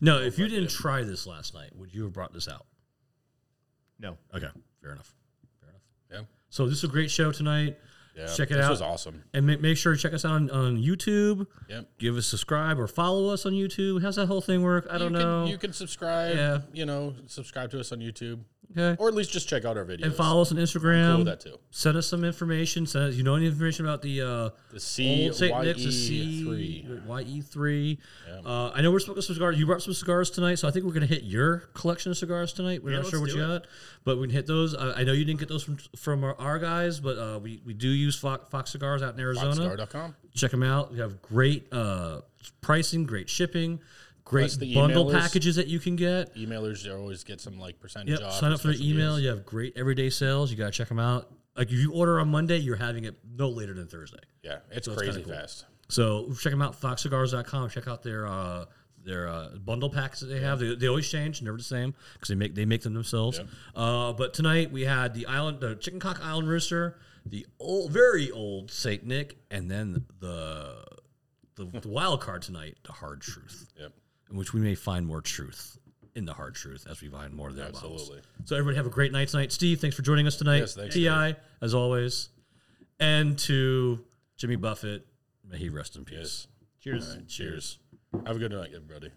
Speaker 2: No, if you didn't try this last night, would you have brought this out?
Speaker 3: No.
Speaker 2: Okay, fair enough. Fair enough.
Speaker 1: Yeah,
Speaker 2: So this is a great show tonight,
Speaker 1: yeah.
Speaker 2: Check it
Speaker 1: this
Speaker 2: out.
Speaker 1: was awesome.
Speaker 2: and make, make sure to check us out on, on YouTube.
Speaker 1: Yep.
Speaker 2: Give us subscribe or follow us on YouTube. How's that whole thing work? I don't
Speaker 1: you
Speaker 2: know.
Speaker 1: Can, you can subscribe.
Speaker 2: Yeah.
Speaker 1: You know, subscribe to us on YouTube.
Speaker 2: Okay.
Speaker 1: Or at least just check out our videos.
Speaker 2: And follow us on Instagram.
Speaker 1: Cool, that too.
Speaker 2: Send us some information. Send us, you know any information about the uh,
Speaker 1: The C
Speaker 2: old Saint
Speaker 1: Y
Speaker 2: Nick's, the
Speaker 1: E
Speaker 2: C-
Speaker 1: three.
Speaker 2: YE three. Uh, I know we're smoking some cigars. You brought some cigars tonight, so I think we're gonna hit your collection of cigars tonight. We're not
Speaker 3: let's
Speaker 2: sure what
Speaker 3: do
Speaker 2: you
Speaker 3: it.
Speaker 2: got, but we can hit those. I, I know you didn't get those from from our, our guys, but uh, we we do use Fox, Fox cigars out in Arizona.
Speaker 1: Star.com.
Speaker 2: Check them out. We have great uh, pricing, great shipping, great
Speaker 1: Plus the
Speaker 2: bundle
Speaker 1: emailers.
Speaker 2: packages that you can get.
Speaker 1: Emailers they always get some like percentage
Speaker 2: Yep.
Speaker 1: off.
Speaker 2: Sign
Speaker 1: or
Speaker 2: up for the
Speaker 1: special
Speaker 2: email.
Speaker 1: deals.
Speaker 2: You have great everyday sales. You gotta check them out. Like if you order on Monday, you're having it no later than Thursday.
Speaker 1: Yeah, it's crazy fast.
Speaker 2: So check them out, foxcigars.com. Check out their uh, their uh, bundle packs that they have. They, they always change, never the same because they make they make them themselves. Uh, but tonight we had the island, the chicken cock island rooster, the old, very old Saint Nick, and then the the, the wild card tonight, the hard truth,
Speaker 1: Yep.
Speaker 2: in which we may find more truth in the hard truth as we find more of their bottles.
Speaker 1: Absolutely.
Speaker 2: So everybody have a great night tonight. Steve, thanks for joining us tonight.
Speaker 1: Yes, thanks,
Speaker 2: Ti, as always, and to Jimmy Buffett, may he rest in peace.
Speaker 1: Yes.
Speaker 2: Cheers.
Speaker 1: Cheers. Have a good night, everybody.